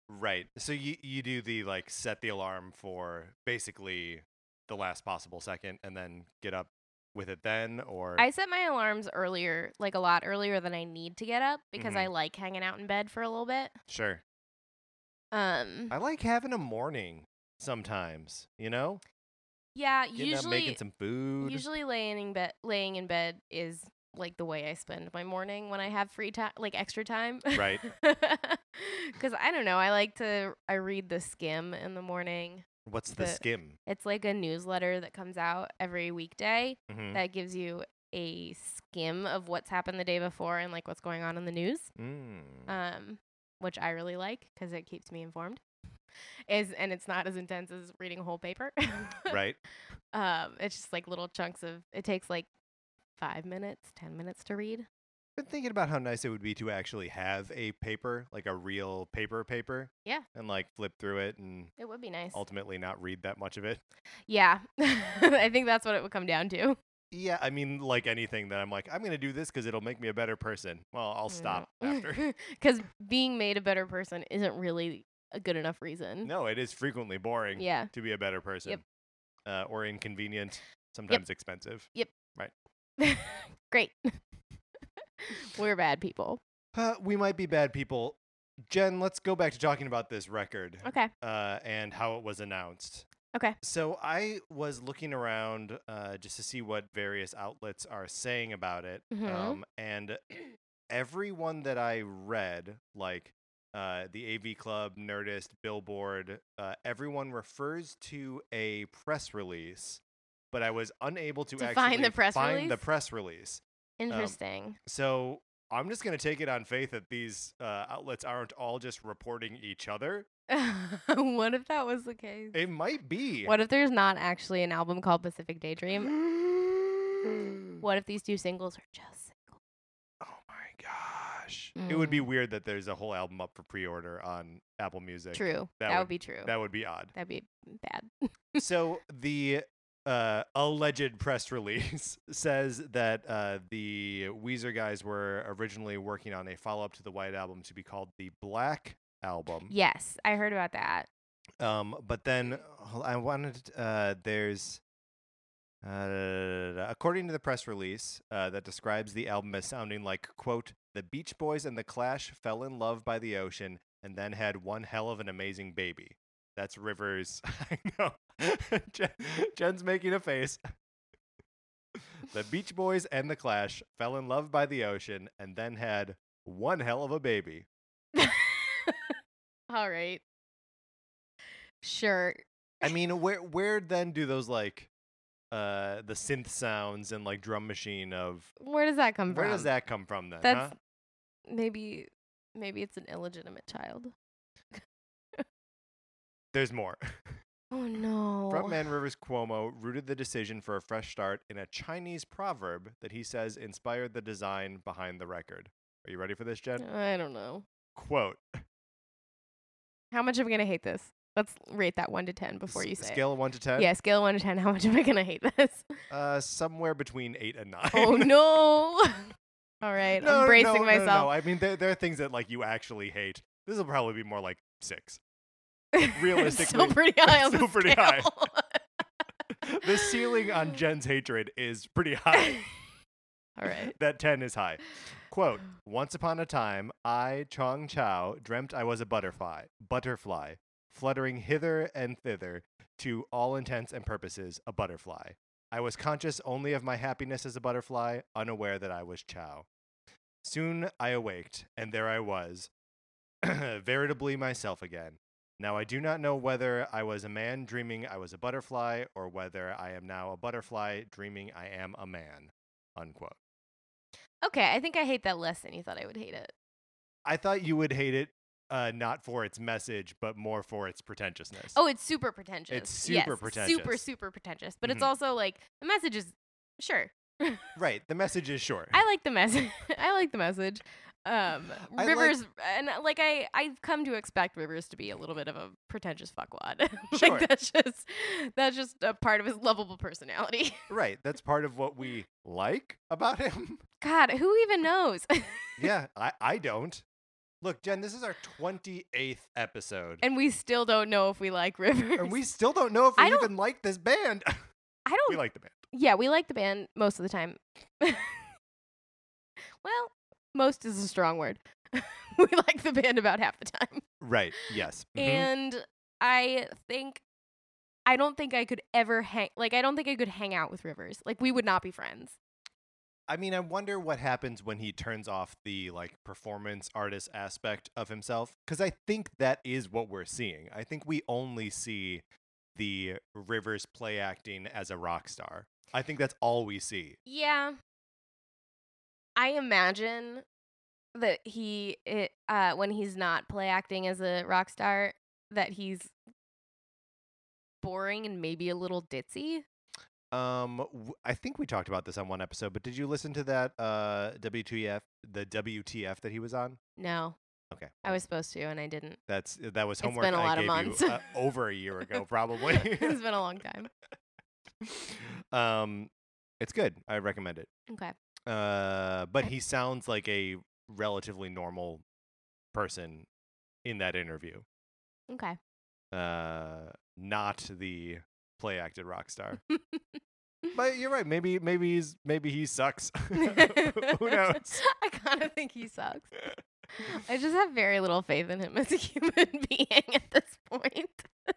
Right. So you you do the like set the alarm for basically the last possible second and then get up with it then or I set my alarms earlier, like a lot earlier than I need to get up because Mhm. I like hanging out in bed for a little bit. sure. Um I like having a morning sometimes, you know? yeah, Getting up usually making some food. Usually laying in bed laying in bed is like the way I spend my morning when I have free time, like extra time. Right. Cuz I don't know, I like to I read the skim in the morning. What's the, the- skim? It's like a newsletter that comes out every weekday Mm-hmm. that gives you a skim of what's happened the day before and like what's going on in the news. mm. Um which I really like cuz it keeps me informed. Is and it's not as intense as reading a whole paper. right. Um, it's just like little chunks of. It takes like five minutes, ten minutes to read. Been thinking about how nice it would be to actually have a paper, like a real paper paper. Yeah. And like flip through it and It would be nice. ultimately not read that much of it. yeah, I think that's what it would come down to. Yeah, I mean, like anything that I'm like, I'm gonna do this because it'll make me a better person. Well, Mm. I'll stop after. because being made a better person isn't really a good enough reason. no, it is frequently boring Yeah. to be a better person, uh, or inconvenient, sometimes expensive. Great. We're bad people. Uh, we might be bad people. Jen, let's go back to talking about this record Okay. uh, and how it was announced. Okay. So I was looking around uh, just to see what various outlets are saying about it, Mhm. um, and everyone that I read, like uh, the AV Club, Nerdist, Billboard, uh, everyone refers to a press release, but I was unable to, To actually find the press find the release? press release. Interesting. So I'm just gonna take it on faith that these uh, outlets aren't all just reporting each other. what if that was the case? It might be. What if there's not actually an album called Pacific Daydream? What if these two singles are just singles? Oh my gosh. It would Mm. be weird that there's a whole album up for pre-order on Apple Music. True. that That, would- would be true. That would be odd. That'd be bad. so the uh, alleged press release says that uh, the Weezer guys were originally working on a follow-up to the White Album to be called the Black Album. Yes, I heard about that. Um, but then hol- I wanted to- uh, there's uh, da- da- da- da- da. according to the press release uh, that describes the album as sounding like quote the Beach Boys and the Clash fell in love by the ocean and then had one hell of an amazing baby. That's Rivers. I know. Jen, Jen's making a face. the Beach Boys and the Clash fell in love by the ocean and then had one hell of a baby. All right. Sure. I mean, where where then do those like uh the synth sounds and like drum machine of Where does that come where from? does that come from then? huh? That's maybe maybe it's an illegitimate child. There's more. Oh no. Frontman Rivers Cuomo rooted the decision for a fresh start in a Chinese proverb that he says inspired the design behind the record. Are you ready for this, Jen? I don't know. Quote How much am I gonna hate this? Let's rate that one to ten before s- you say. Scale of 1 to 10? It. Yeah, scale of one to ten. How much am I gonna hate this? Uh, somewhere between 8 and 9. oh no. All right, No, I'm no, bracing no, no, myself. No, no. I mean, there, there are things that like you actually hate. This will probably be more like 6. It's still Realistically, pretty high. On still the pretty high. scale. the ceiling on Jen's hatred is pretty high. All right. that 10 is high. Quote, once upon a time, I, Chong Chao, dreamt I was a butterfly, butterfly, fluttering hither and thither, to all intents and purposes, a butterfly. I was conscious only of my happiness as a butterfly, unaware that I was Chao. Soon I awaked, and there I was, veritably myself again. Now I do not know whether I was a man dreaming I was a butterfly, or whether I am now a butterfly dreaming I am a man. Unquote. Okay, I think I hate that less than you thought I would hate it. I thought you would hate it, uh, not for its message, but more for its pretentiousness. Oh, it's super pretentious. super Yes, Super, pretentious. super pretentious. But it's Mhm. also like the message is sure. right. The message is short. I like the message. I like the message. Um, I like- Rivers and uh, like I, I've come to expect Rivers to be a little bit of a pretentious fuckwad. like Sure. that's just that's just a part of his lovable personality. right. That's part of what we like about him. God, who even knows? yeah, I, I don't. Look, Jen, this is our 28th episode. and we still don't know if we like Rivers. And we still don't know if we I don't- Oh. even like this band. I don't. we like the band. yeah, we like the band most of the time. well, most is a strong word. we like the band about half the time. Right. Yes. mhm. And I think I don't think I could ever hang like I don't think I could hang out with Rivers. Like we would not be friends. I mean, I wonder what happens when he turns off the like performance artist aspect of himself because I think that is what we're seeing. I think we only see the Rivers play acting as a rock star. I think that's all we see. Yeah. I imagine that he it, uh when he's not play acting as a rock star that he's boring and maybe a little ditzy. Um, w- I think we talked about this on one episode, but did you listen to that uh WTF the WTF that he was on? No. Okay, I was supposed to, and I didn't. that's that was been homework a I lot of gave months. you uh, over a year ago, probably. it's been a long time. um, it's good. I recommend it. Okay. Uh, but I- he sounds like a relatively normal person in that interview. Okay. Uh, not the play acted rock star. but you're right. Maybe maybe he's maybe he sucks. Who knows? I kind of think he sucks. I just have very little faith in him as a human being at this point.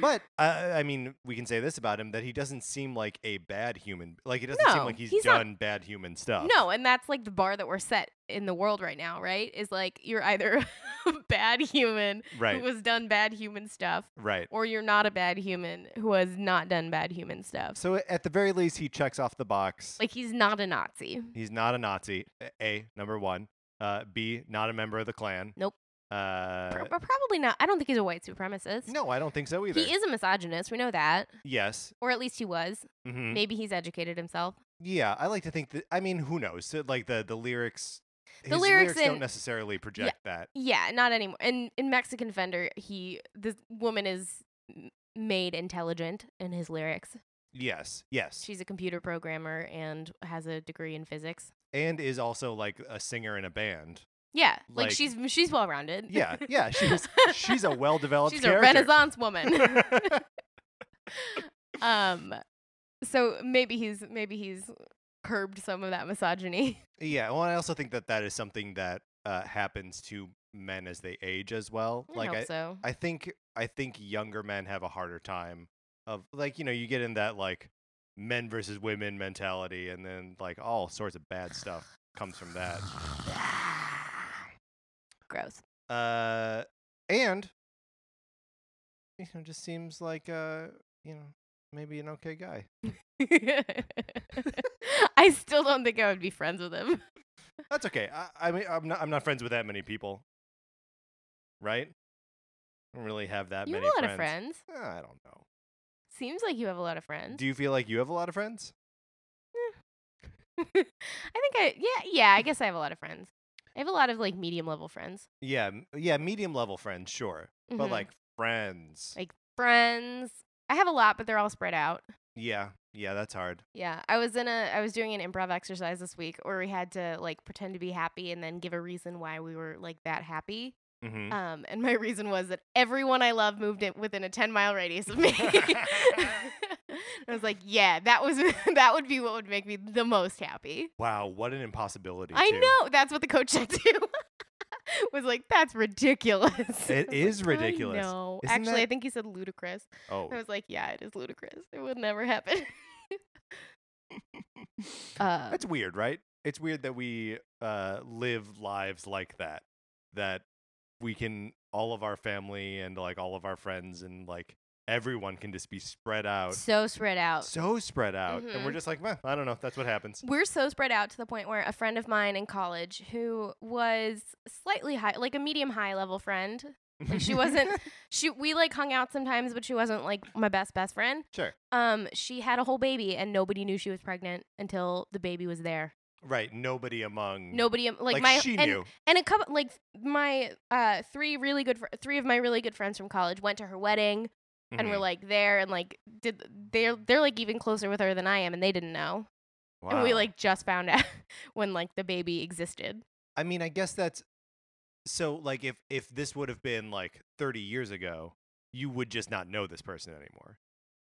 But uh, I mean, we can say this about him that he doesn't seem like a bad human. Like he doesn't seem No, like he's, he's not- done bad human stuff. No, and that's like the bar that we're set in the world right now, right? Is like you're either a bad human Right. who has done bad human stuff, Right. or you're not a bad human who has not done bad human stuff. So at the very least, he checks off the box. Like he's not a Nazi. He's not a Nazi. A- A number one. Uh, B not a member of the Klan. Nope. Uh, Pro- probably not. I don't think he's a white supremacist. no, I don't think so either. He is a misogynist. We know that, Yes. or at least he was. hmm Maybe he's educated himself. Yeah, I like to think that. I mean, who knows? So, Like the the lyrics. The his lyrics don't in- necessarily project that. Yeah, not anymore. And in Mexican Fender, he this woman is m- made intelligent in his lyrics. Yes. Yes. She's a computer programmer and has a degree in physics. and is also like a singer in a band. Yeah, like, Like- she's she's well rounded. Yeah. Yeah. She's she's a well developed. she's a Renaissance woman. um, so maybe he's maybe he's curbed some of that misogyny. Yeah, well, I also think that that is something that uh, happens to men as they age as well. I like hope I, so. I think I think younger men have a harder time of like you know you get in that like men versus women mentality, and then like all sorts of bad stuff comes from that. Gross. Uh, and you know, just seems like uh, you know, maybe an okay guy. I still don't think I would be friends with him. That's okay. I, I mean, I'm not I'm not friends with that many people, right? don't really have that you have many a lot friends. of friends. Eh, I don't know. Seems like you have a lot of friends. Do you feel like you have a lot of friends? I think I yeah yeah I guess I have a lot of friends. I have a lot of like medium level friends. Yeah, m- yeah, medium level friends, sure, but Mhm. like friends. Like- friends, I have a lot, but they're all spread out. yeah, yeah, that's hard. Yeah, I was in a I was doing an improv exercise this week where we had to like pretend to be happy and then give a reason why we were like that happy. hmm Um, and my reason was that everyone I love moved in within a ten mile radius of me. I was like, yeah, that was that would be what would make me the most happy. Wow, what an impossibility! I too. know that's what the coach said too. was like, that's ridiculous. I was is like, ridiculous. I know. Isn't Actually, I that- think he said ludicrous. I Oh, was like, yeah, it is ludicrous. It would never happen. uh, that's weird, right? It's weird that we uh, live lives like that. That we can all of our family and like all of our friends and like everyone can just be spread out, so spread out. so spread out, and we're Mhm. just like, "Meh, I don't know. That's what happens. we're so spread out to the point where a friend of mine in college who was slightly high like a medium high level friend like she wasn't she we like hung out sometimes but she wasn't like my best best friend sure, um she had a whole baby and nobody knew she was pregnant until the baby was there right? Nobody among nobody um, like, like my she and, knew. and a couple like my uh three really good fr- three of my really good friends from college went to her wedding and were Mhm. like there and like did they're they're like even closer with her than i am and they didn't know and we Wow. like just found out when like the baby existed. I mean, I guess that's so like if if this would have been like 30 years ago, you would just not know this person anymore.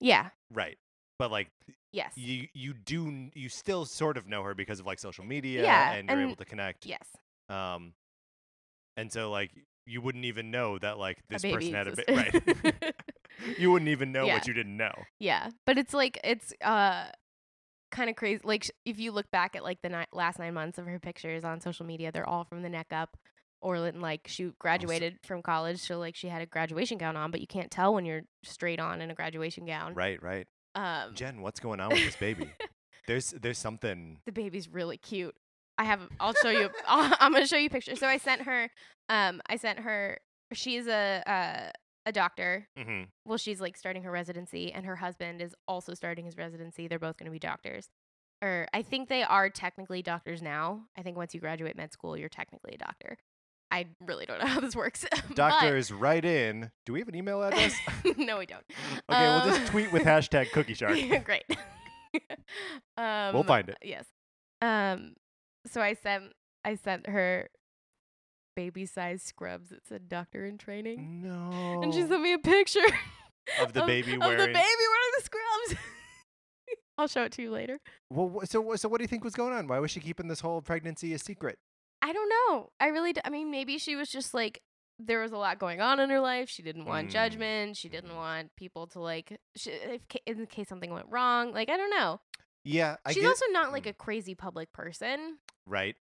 Yeah. Right. But like Yes. you you do n- you still sort of know her because of like social media Yeah, and you're able and- to connect. yes. Um and so like you wouldn't even know that like A this baby person had a bit right. existed. you wouldn't even know Yeah. what you didn't know. yeah, but it's like it's uh kind of crazy. Like sh- if you look back at like the ni- last nine months of her pictures on social media, they're all from the neck up. Or li- like she graduated from college, so like she had a graduation gown on, but you can't tell when you're straight on in a graduation gown. Right, right. Um, Jen, what's going on with this baby? there's there's something the baby's really cute. I have. I'll show you. I'll, I'm gonna show you pictures. So I sent her. Um, I sent her. She's a uh, a doctor. hmm Well, she's like starting her residency, and her husband is also starting his residency. They're both gonna be doctors, or I think they are technically doctors now. I think once you graduate med school, you're technically a doctor. I really don't know how this works. but- Doctors, write in. Do we have an email address? no, we don't. Okay, we'll just Um, tweet with hashtag Cookie Shark. Yeah, Great. um, We'll find it. Yes. Um. So I sent I sent her baby size scrubs that said doctor in training, No. and she sent me a picture Oh. of the baby of wearing. the baby wearing the scrubs. I'll show it to you later. Well, wha- so wha- so what do you think was going on? Why was she keeping this whole pregnancy a secret? I don't know. I really. D- I mean, maybe she was just like there was a lot going on in her life. She didn't want Mm. judgment. She didn't Mhm. want people to like sh if ca- in case something went wrong. Like I don't know. Yeah, I She's get also not like Mm. a crazy public person. right.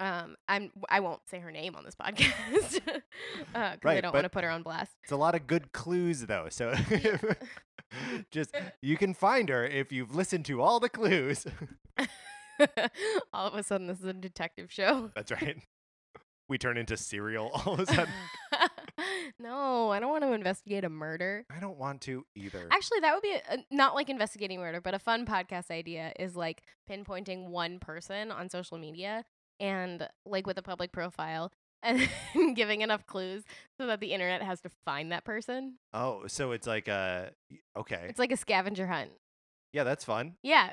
Um, I'm I won't say her name on this podcast because I Right, don't but- want to put her on blast. It's a lot of good clues though. So just you can find her if you've listened to all the clues. All of a sudden, this is a detective show. That's right. We turn into serial all of a sudden. no, I don't want to investigate a murder. I don't want to either. Actually, that would be a, not like investigating murder, but a fun podcast idea is like pinpointing one person on social media and like with a public profile and giving enough clues so that the internet has to find that person. oh, so it's like uh y- okay. It's like a scavenger hunt. Yeah, that's fun. Yeah.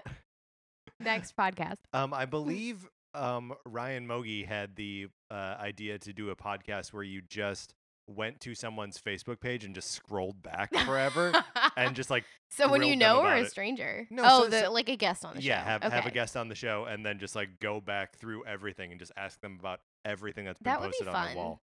Next podcast. Um, I believe um, Ryan Mogi had the uh, idea to do a podcast where you just went to someone's Facebook page and just scrolled back forever and just like someone you grilled them know or about a it. stranger. No, oh, so- the, so- like a guest on the yeah show. have have a Okay. guest on the show and then just like go back through everything and just ask them about everything that's been That would be posted on fun. the wall.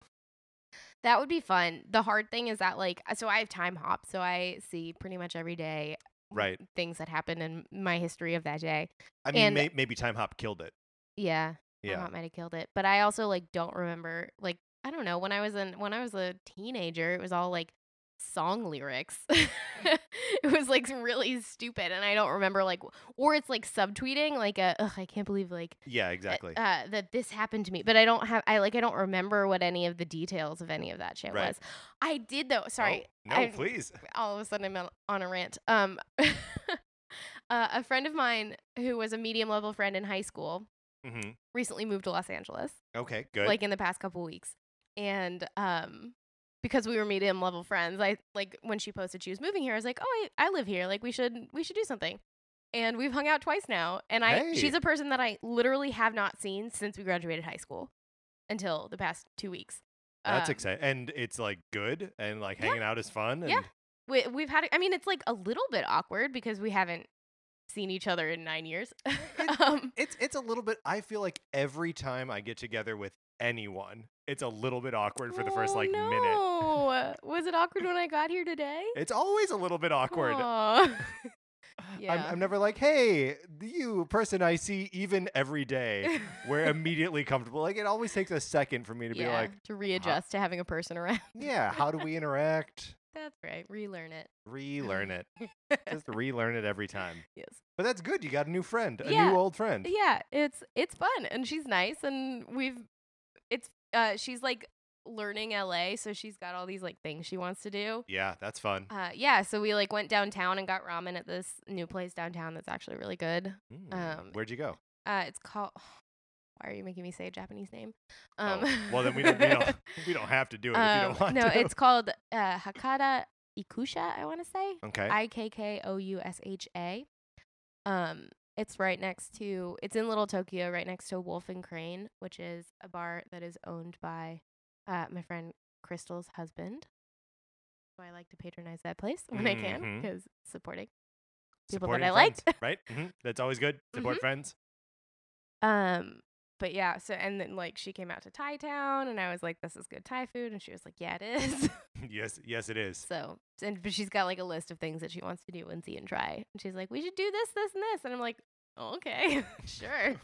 That would be fun. The hard thing is that like so I have time hop, so I see pretty much every day Right. things that happen in my history of that day. I mean, And- Uh-huh. may- maybe Time Hop killed it. Yeah. My Yeah. mom might have killed it. But I also like don't remember like I don't know, when I was in when I was a teenager, it was all like song lyrics. it was like really stupid, and I don't remember like, or it's like subtweeting like a, Ugh, I can't believe like Yeah, exactly. Oh, uh, that this happened to me, but I don't have I like I don't remember what any of the details of any of that shit Right. was. I did though. Sorry, Oh, no, I- please. all of a sudden I'm on- on a rant. Um, uh, a friend of mine who was a medium level friend in high school hmm recently moved to Los Angeles, Okay, good. like in the past couple weeks, and um, because we were medium level friends, I like when she posted she was moving here, I was like, oh, I, I live here, like we should we should do something. And we've hung out twice now, and I Hey. she's a person that I literally have not seen since we graduated high school, until the past two weeks. That's Um, exciting. And it's like good and like Yeah. hanging out is fun. And Yeah. we, we've had i mean it's like a little bit awkward because we haven't seen each other in nine years um, It's it's a little bit I feel like every time I get together with anyone, it's a little bit awkward for the first oh, like no. minute. was it awkward when i got here today It's always a little bit awkward. Aw. I'm, yeah. I'm never like, hey, you person I see even every day. We're immediately comfortable. Like it always takes a second for me to be yeah, like, "Uh-huh." to readjust to having a person around yeah, how do we interact? that's right relearn it Relearn it. Just relearn it every time. yes But that's good. You got a new friend, a Yeah. new old friend. yeah it's it's fun and she's nice and we've it's uh she's like learning la so she's got all these like things she wants to do Yeah, that's fun. Uh, yeah, so we like went downtown and got ramen at this new place downtown that's actually really good. Mm, um, Where'd you go? Uh, it's called. Why are you making me say a Japanese name? Oh, well, then we don't, we don't we don't have to do it if you um, don't want no, to. it's called uh, Hakata Ikusha. I want to say okay. I K K O U S H A. Um, it's right next to. It's in Little Tokyo, right next to Wolf and Crane, which is a bar that is owned by uh, my friend Crystal's husband. So I like to patronize that place when I can Mhm. because supporting. people that Supporting I liked. Mm-hmm. friends, right? hmm That's always good. Support friends. Um, but yeah, so and then like she came out to Thai Town, and I was like, "This is good Thai food," and she was like, "Yeah, it is." yes, yes, it is. so, and but she's got like a list of things that she wants to do and see and try, and she's like, "We should do this, this, and this," and I'm like, "Okay, sure."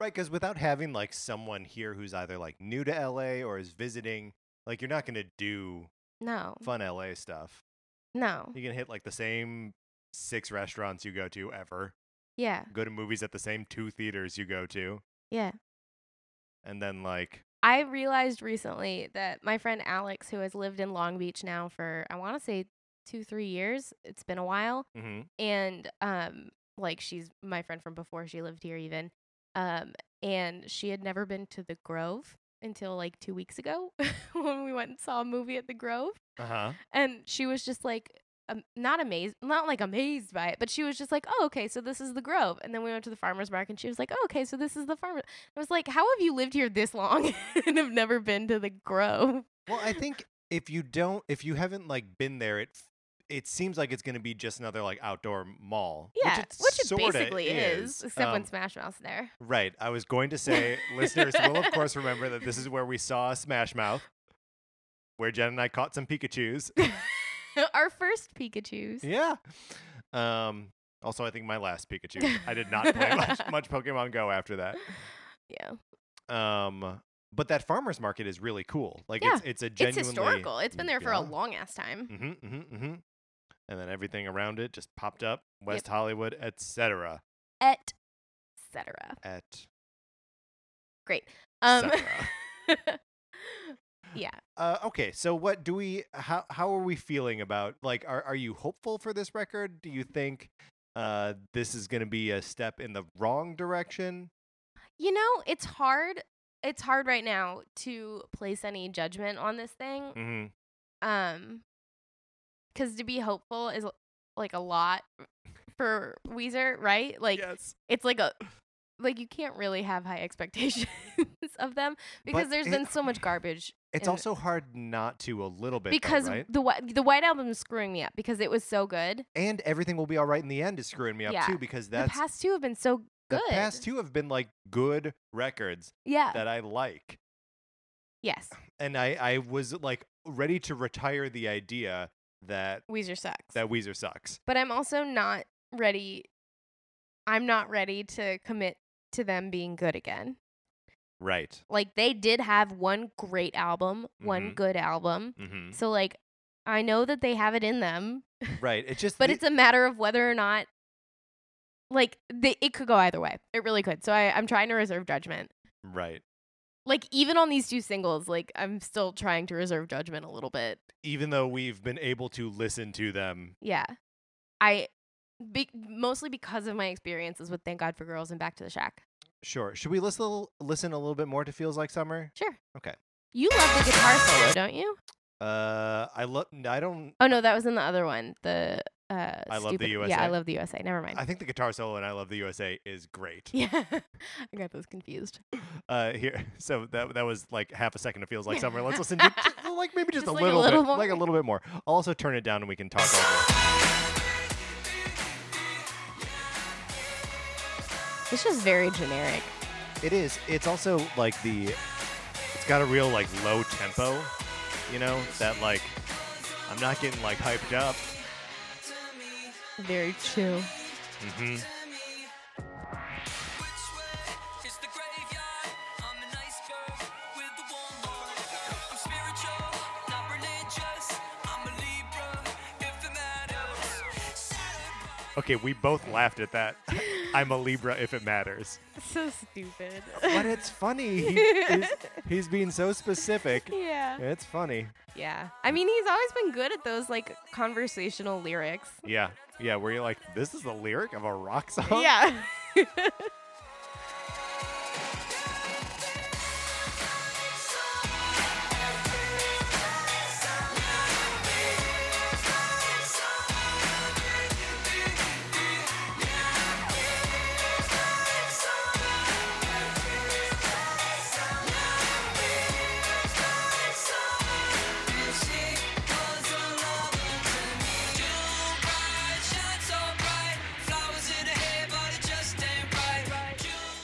right, because without having like someone here who's either like new to LA or is visiting, like you're not gonna do No, fun LA stuff. no, You can hit like the same six restaurants you go to ever, yeah, go to movies at the same two theaters you go to, yeah. and then like I realized recently that my friend Alex, who has lived in Long Beach now for I want to say two, three years, it's been a while, mhm, and um like she's my friend from before she lived here even um and she had never been to the grove until like two weeks ago when we went and saw a movie at the grove uh-huh. and she was just like um, not amazed not like amazed by it but she was just like oh okay so this is the grove and then we went to the farmers market and she was like oh okay so this is the farmer i was like how have you lived here this long and have never been to the grove Well, I think if you don't, if you haven't like been there, it f- it seems like it's going to be just another like outdoor mall. yeah which which it, it, sorta basically is, except when Um, smash mouth's there right. I was going to say, listeners will of course remember that this is where we saw Smash Mouth, where Jen and I caught some Pikachu's. our first pikachus yeah. Um. Also, I think my last Pikachu. I did not play much, much Pokemon Go after that. yeah Um. But that farmers market is really cool. Like Yeah, it's it's a genuinely it's historical. It's been there for a Yeah. long ass time. hmm hmm hmm And then everything around it just popped up. West Hollywood, etc. Et cetera. Et. Great. Um Yeah. Uh, okay, so what do we? How how are we feeling about? Like, are are you hopeful for this record? Do you think uh, this is going to be a step in the wrong direction? You know, it's hard it's hard right now to place any judgment on this thing. Mm-hmm. Um cuz to be hopeful is like a lot for Weezer, right? Like yes, it's like a like you can't really have high expectations of them because But there's it- been so much garbage it's and- also hard not to a little bit though, because right? the whi- the white album is screwing me up because it was so good. and everything will be all right in the end is screwing me up Yeah, too because that's the past two have been so the good. past two have been like good records yeah. that I like. yes. and I, I was like ready to retire the idea that Weezer sucks. that Weezer sucks. but I'm also not ready. I'm not ready to commit to them being good again. Right. Like they did have one great album, one Mhm. good album. Mm-hmm. So like I know that they have it in them, right. It's just but the- it's a matter of whether or not, like, they, it could go either way. It really could. So I, I'm trying to reserve judgment. right. Like, even on these two singles, like, I'm still trying to reserve judgment a little bit. Even though we've been able to listen to them, Yeah. I, be, mostly because of my experiences with Thank God for Girls and Back to the Shack. sure. Should we listen listen a little bit more to "Feels Like Summer"? Sure. Okay. You love the guitar solo, don't you? Uh, I love. I don't. Oh, no, that was in the other one. The, uh, I Love the stupid- Yeah, I USA? love the USA. Never mind. I think the guitar solo in "I Love the USA" is great. yeah. I got those confused. Uh, here, so that that was like half a second. It feels like summer. Let's listen to just- like maybe just, Just a like a little, little bit, more. like a little bit more. I'll also turn it down and we can talk. Over. It's just very generic. It is. It's also like the. It's got a real like low tempo, you know. That like, I'm not getting like hyped up. Very chill. hmm Mm-hmm. Okay, we both laughed at that. I'm a Libra if it matters. So stupid. But it's funny. He is, he's being so specific. yeah. It's funny. Yeah. I mean, he's always been good at those like conversational lyrics. Yeah. Yeah, where you're like, this is the lyric of a rock song? Yeah.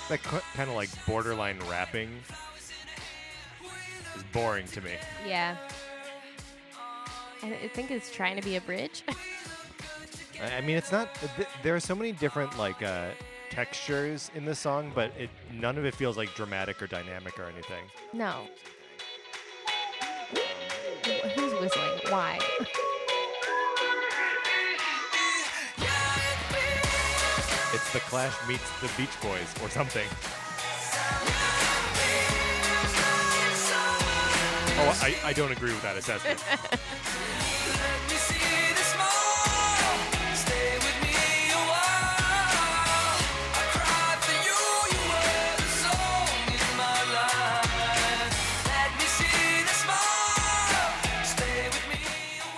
That kind of like borderline rapping is boring to me. yeah. I I think it's trying to be a bridge. I I mean, it's not. Th- there are so many different like uh, textures in this song, but it none of it feels like dramatic or dynamic or anything. no. Wh- Who's whistling? Why? It's the Clash meets the Beach Boys or something. Oh, I, I don't agree with that assessment.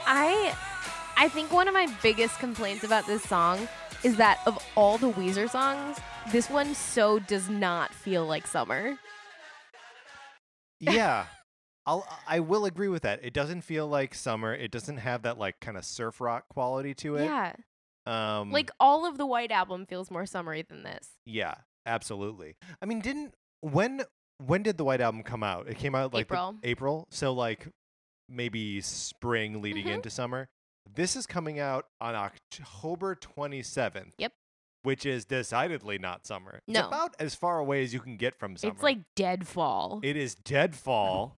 I I think one of my biggest complaints about this song is that of all the Weezer songs, this one so does not feel like summer. yeah, I'll I will agree with that. It doesn't feel like summer. It doesn't have that like kind of surf rock quality to it. Yeah. Um, Like all of the White album feels more summery than this. yeah, absolutely. I mean, didn't when when did the White Album come out? It came out like the- April. April. So like maybe spring leading Mhm. into summer. This is coming out on October 27th. Yep. Which is decidedly not summer. It's No. about as far away as you can get from summer. It's like dead fall. it is dead fall.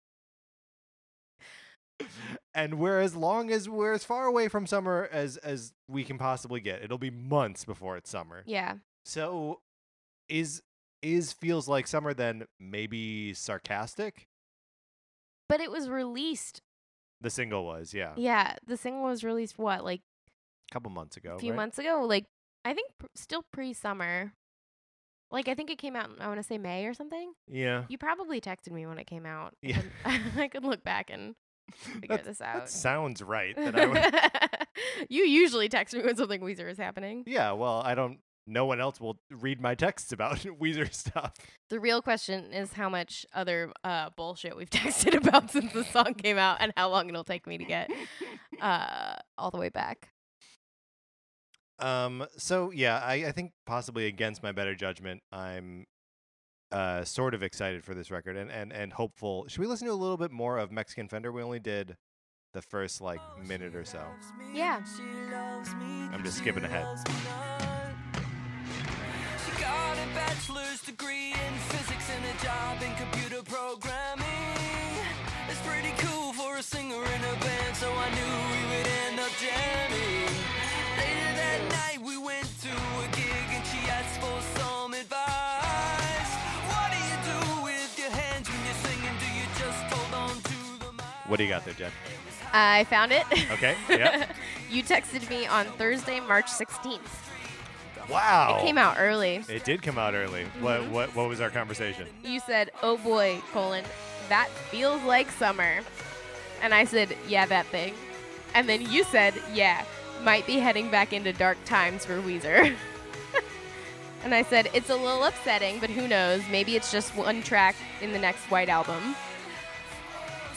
and we're as long as we're as far away from summer as as we can possibly get. It'll be months before it's summer. yeah. So is is feels like summer then maybe sarcastic? But it was released. The single was, yeah. A Yeah. The single was released, what, like couple months ago. a few Oh, right? months ago? Like, I think pr- still pre summer. Like, I think it came out, in, I want to say May or something. Yeah. You probably texted me when it came out. I Yeah. could- I could look back and figure That's- this That out. sounds right. That I would, you usually text me when something Weezer is happening. yeah, well, I don't no one else will read my texts about Weezer stuff. The real question is how much other uh, bullshit we've texted about since the song came out and how long it'll take me to get uh, all the way back. Um so yeah, I, I think possibly against my better judgment, I'm uh sort of excited for this record and, and and hopeful. Should we listen to a little bit more of Mexican Fender? We only did the first like minute or so. Yeah. I'm I'm just skipping ahead. She got a bachelor's degree in physics and a job in computer programming. It's pretty cool for a singer in a band, so I knew we What do you got there, Jen? I found it. Okay, yeah. you texted me on Thursday, March 16th. Wow. Came out early. It did come out early. What what what was our conversation? You said, "Oh boy, colon, that feels like summer," and I said, "Yeah, that thing," and then you said, "Yeah, might be heading back into dark times for Weezer." and I said, "It's a little upsetting, but who knows? Maybe it's just one track in the next White album."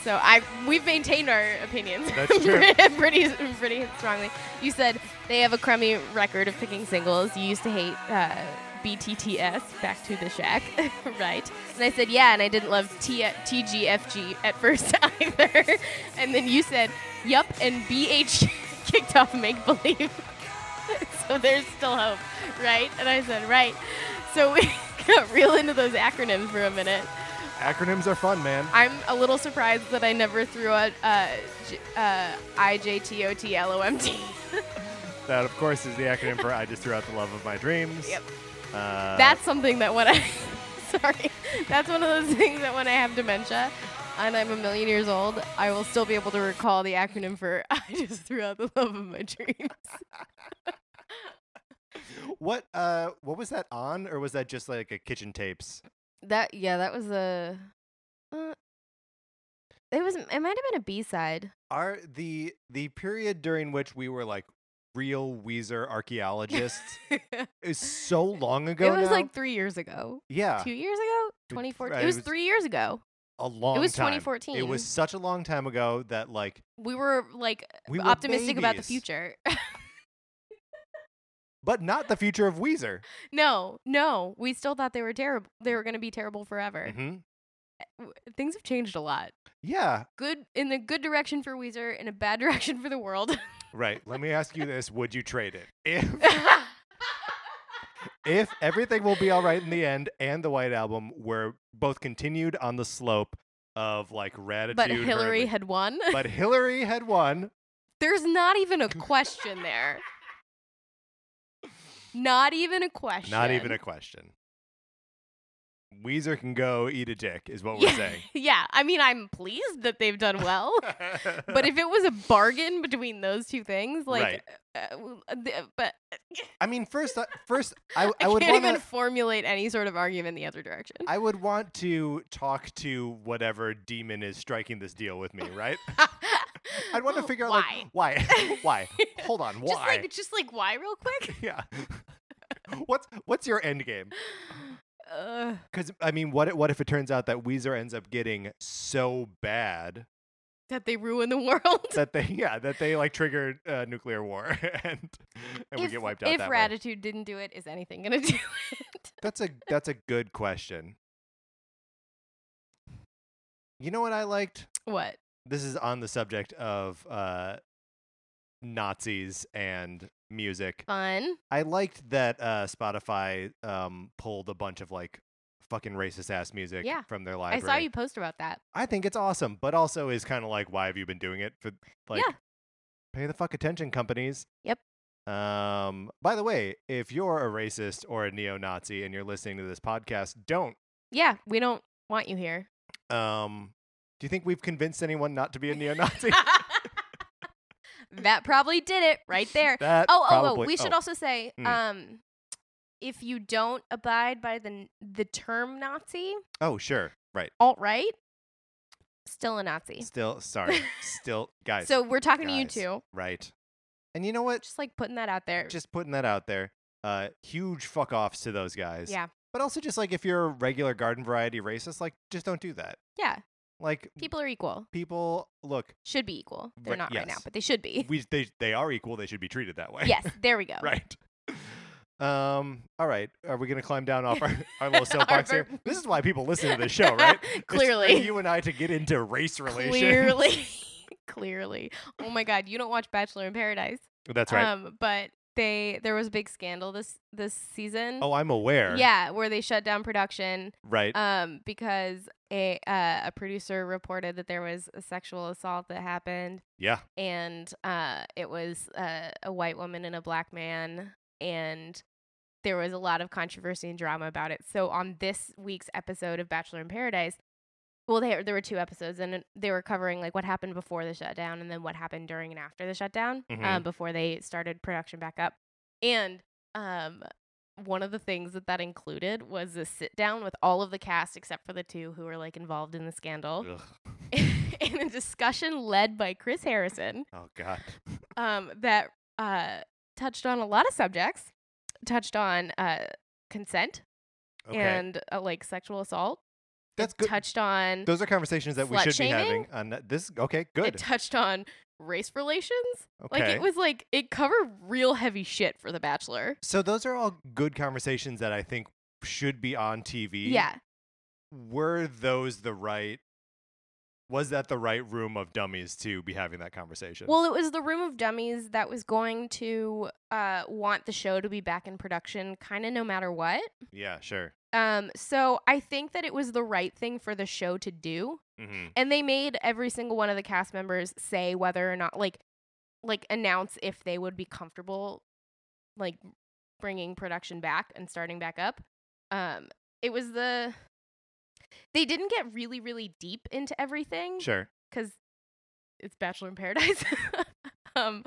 So I we've maintained our opinions That's true. pretty pretty strongly. You said they have a crummy record of picking singles. You used to hate uh, BTTS, Back to the Shack, right? And I said yeah, and I didn't love T- TGFG at first either. and then you said yup, and BH kicked off Make Believe. so there's still hope, right? And I said right. So we got real into those acronyms for a minute. Acronyms are fun, man. I'm a little surprised that I never threw out uh, J- uh, IJTOTLOMT. Uh-huh. That of course is the acronym for I just threw out the love of my dreams. Yep. Uh, that's something that when I, sorry, that's one of those things that when I have dementia and I'm a million years old, I will still be able to recall the acronym for I just threw out the love of my dreams. what uh what was that on or was that just like a kitchen tapes? That yeah, that was a. Uh, it was. It might have been a B side. Are the the period during which we were like real Weezer archaeologists it is so long ago was now? like three years ago. yeah, Two years ago. Dude, 2014. right, It it was was- three years ago. a long was time. It 2014. was such a long time ago that like We were like we were optimistic about the babies, future. but not the future of Weezer. no, no, we still thought they were terrible. They were going to be terrible forever. hmm W- Things have changed a lot. Yeah, Good in the good direction for Weezer, in a bad direction for the world. right. Let me ask you this: Would you trade it if if everything will be all right in the end and the White Album were both continued on the slope of like gratitude? but hurriedly- Hillary had won. but Hillary had won. There's not even a question there. Not even a question. Not even a question. Weezer can go eat a dick, is what we're yeah, yeah, I mean, I'm pleased that they've done well. saying. but if it was a bargain between those two things, like, uh, w- uh, th- but I mean, first, I- first, I, I, I would can't want even to, formulate any sort of argument in the other direction. I would want to talk to whatever demon is striking this deal with me, right? I'd want to figure out why. like why, why. Hold on, why? Just like, just like why, real quick. yeah. what's what's your end game? Uh, Because I mean, what if- what if it turns out that Weezer ends up getting so bad that they ruin the world. that they yeah that they like trigger uh, nuclear war and and we if get wiped out if that way? Ratitude didn't do it, is anything gonna do it? That's a that's a good question. You know what I liked? what? This is on the subject of uh, Nazis and music. Fun. I liked that uh, Spotify um, pulled a bunch of like fucking racist ass music Yeah. from their I library. saw you post about that. I think it's awesome, but also is kind of like, why have you been doing it for like? Yeah. Pay the fuck attention, companies. Yep. Um. By the way, if you're a racist or a neo-Nazi and you're listening to this podcast, don't. Yeah, we don't want you here. Um. Do you think we've convinced anyone not to be a neo-Nazi? that probably did it right there. that oh, oh, oh, probably- we should also say Mm. um if you don't abide by the n- the term Nazi, Oh, sure. Right. alt right, still a Nazi. Still. Sorry. Still, guys. So we're talking guys. to you two. Right. And you know what? Just like putting that out there. Just putting that out there. Uh, huge fuck offs to those guys. Yeah. But also, just like if you're a regular garden variety racist, like just don't do that. yeah. Like People are equal. people look Should be equal. They're Right, not right now, yes. but they should be. we they they are equal they should be treated that way yes, there we go. right um all right are we gonna climb down off our, our little soapbox here ver- this is why people listen to this show right It's for Clearly. you and i to get into race relations Clearly. Clearly. Oh my god, you don't watch Bachelor in Paradise. that's right Um but they there was a big scandal this this season. oh i'm aware Yeah, where they shut down production right um, because a uh, a producer reported that there was a sexual assault that happened, yeah and uh, it was uh, a white woman and a black man, and there was a lot of controversy and drama about it. So on this week's episode of Bachelor in Paradise, Well, there there were two episodes, and it- they were covering like what happened before the shutdown, and then what happened during and after the shutdown, Mhm. um, before they started production back up. And um, one of the things that that included was a sit down with all of the cast except for the two who were like involved in the scandal, Ugh. and a discussion led by Chris Harrison Oh God. um, that uh, touched on a lot of subjects. Touched on uh, consent Okay. and uh, like sexual assault. That's It good. Touched on Those are conversations that we Slut should shaming? be having. On that- this. Okay. It Good. touched on race relations. okay. Like it was like it covered real heavy shit for The Bachelor. so those are all good conversations that I think should be on TV. Yeah. Were those the right? Was that the right room of dummies to be having that conversation? Well, it was the room of dummies that was going to uh, want the show to be back in production, kind of no matter what. yeah. Sure. Um, so I think that it was the right thing for the show to do, Mm-hmm. and they made every single one of the cast members say whether or not, like, like announce if they would be comfortable, like, bringing production back and starting back up. Um, it was the they didn't get really, really deep into everything Sure. because it's Bachelor in Paradise. um,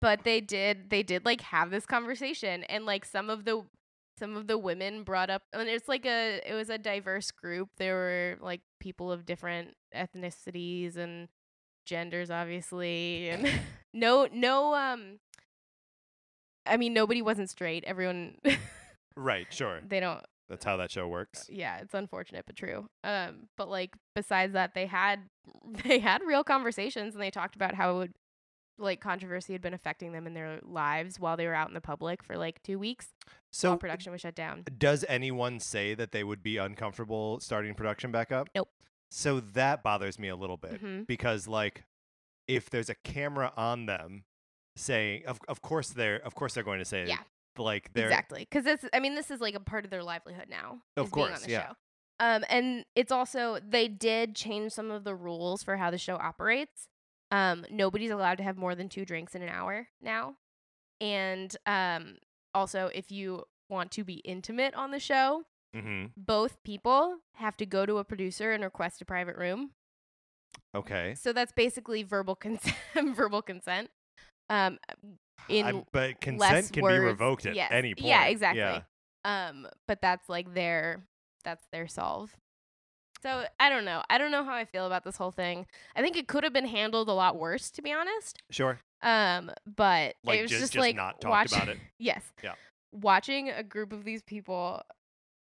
but they did they did like have this conversation, and like some of the some of the women brought up, and it's like a it was a diverse group. There were like people of different ethnicities and genders, obviously, and no no um. I mean, nobody wasn't straight. Everyone, Right. Sure. they don't That's how that show works. yeah, it's unfortunate but true. Um, but like besides that, they had they had real conversations and they talked about how it would like controversy had been affecting them in their lives while they were out in the public for like two weeks So while production was shut down. Does anyone say that they would be uncomfortable starting production back up? Nope. So that bothers me a little bit Mhm. because, like, if there's a camera on them saying, of, of course they're, of course they're going to say, Yeah. like they're Exactly. 'Cause exactly, because this I mean this is like a part of their livelihood now. Of is being course, on the yeah. Show. Um, and it's also they did change some of the rules for how the show operates. Um, nobody's allowed to have more than two drinks in an hour now, and um, also if you want to be intimate on the show, Mhm. both people have to go to a producer and request a private room. okay. So that's basically verbal consent. verbal consent. Um, in I'm- but less consent can words. be revoked at Yes. any point. Yeah, exactly. Yeah. Um, but that's like their that's their solve. So I don't know. I don't know how I feel about this whole thing. I think it could have been handled a lot worse, to be honest. Sure. Um, but Like, it was just- just, just like not talked watch- about it. yes. Yeah. Watching a group of these people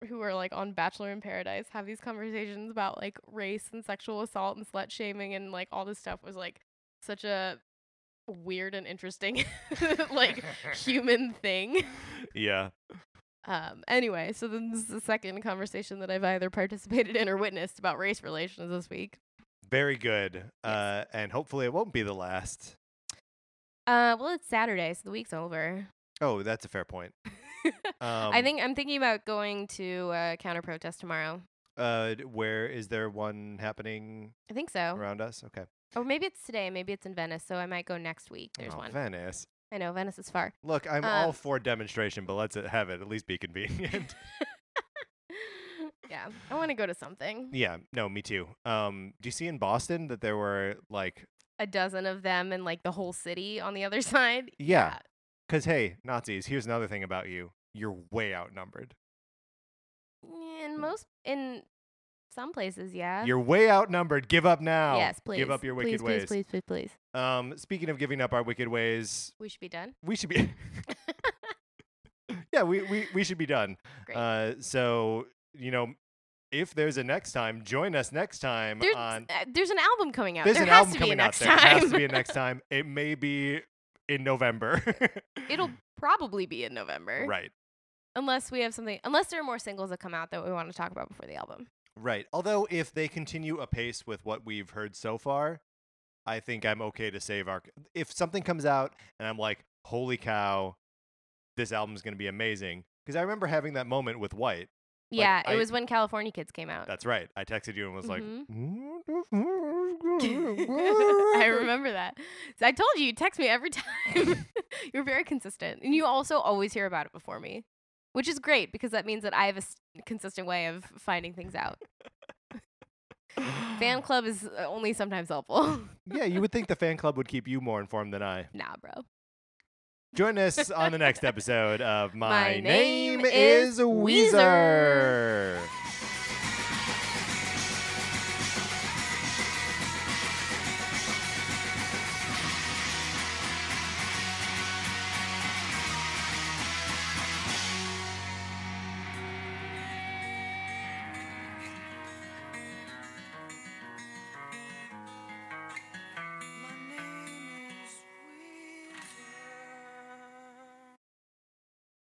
who are like on Bachelor in Paradise have these conversations about like race and sexual assault and slut shaming and like all this stuff was like such a weird and interesting like human thing. Yeah. Um, anyway, so then this is the second conversation that I've either participated in or witnessed about race relations this week. Very good. Uh, and hopefully it won't be the last. Uh, well, it's Saturday, so the week's over. Oh, that's a fair point. Um, I think I'm thinking about going to uh, counter protest tomorrow. Uh, d- where is there one happening I think so. around us? Okay. Or Oh, maybe it's today. Maybe it's in Venice, so I might go next week. There's Oh, one. Venice. I know Venice is far. Look, I'm all Um, for demonstration, but let's uh, have it at least be convenient. yeah, I want to go to something. yeah, no, me too. Um, do you see in Boston that there were like, A dozen of them and like the whole city on the other side. yeah, because hey, Nazis, here's another thing about you: you're way outnumbered. Yeah. In most, in some places, yeah. Mm. You're way outnumbered. Give up now. yes, please. Give up your wicked please, ways. Please, please, please, please. Um, speaking of giving up our wicked ways, We should be done. we should be. yeah, we, we we should be done. Great. Uh, so you know, if there's a next time, join us next time there's, on. uh, there's an album coming out. There's there an has album to be a coming out. next There has time. to be a next time. It may be in November. It'll probably be in November. right, Unless we have something, unless there are more singles that come out that we want to talk about before the album. right. Although if they continue apace with what we've heard so far, I think I'm okay to save our. If something comes out and I'm like, "Holy cow, this album's going to be amazing," because I remember having that moment with White. yeah, I- it was when California Kids came out. That's right. I texted you and was like, Mm-hmm. I remember that. So I told you, you text me every time. You're very consistent. And you also always hear about it before me, which is great because that means that I have a s- consistent way of finding things out. Fan club is uh, only sometimes helpful. yeah, you would think the fan club would keep you more informed than I. nah, bro. Join us on the next episode of My, Name is is Weezer. Weezer. My name is Weezer.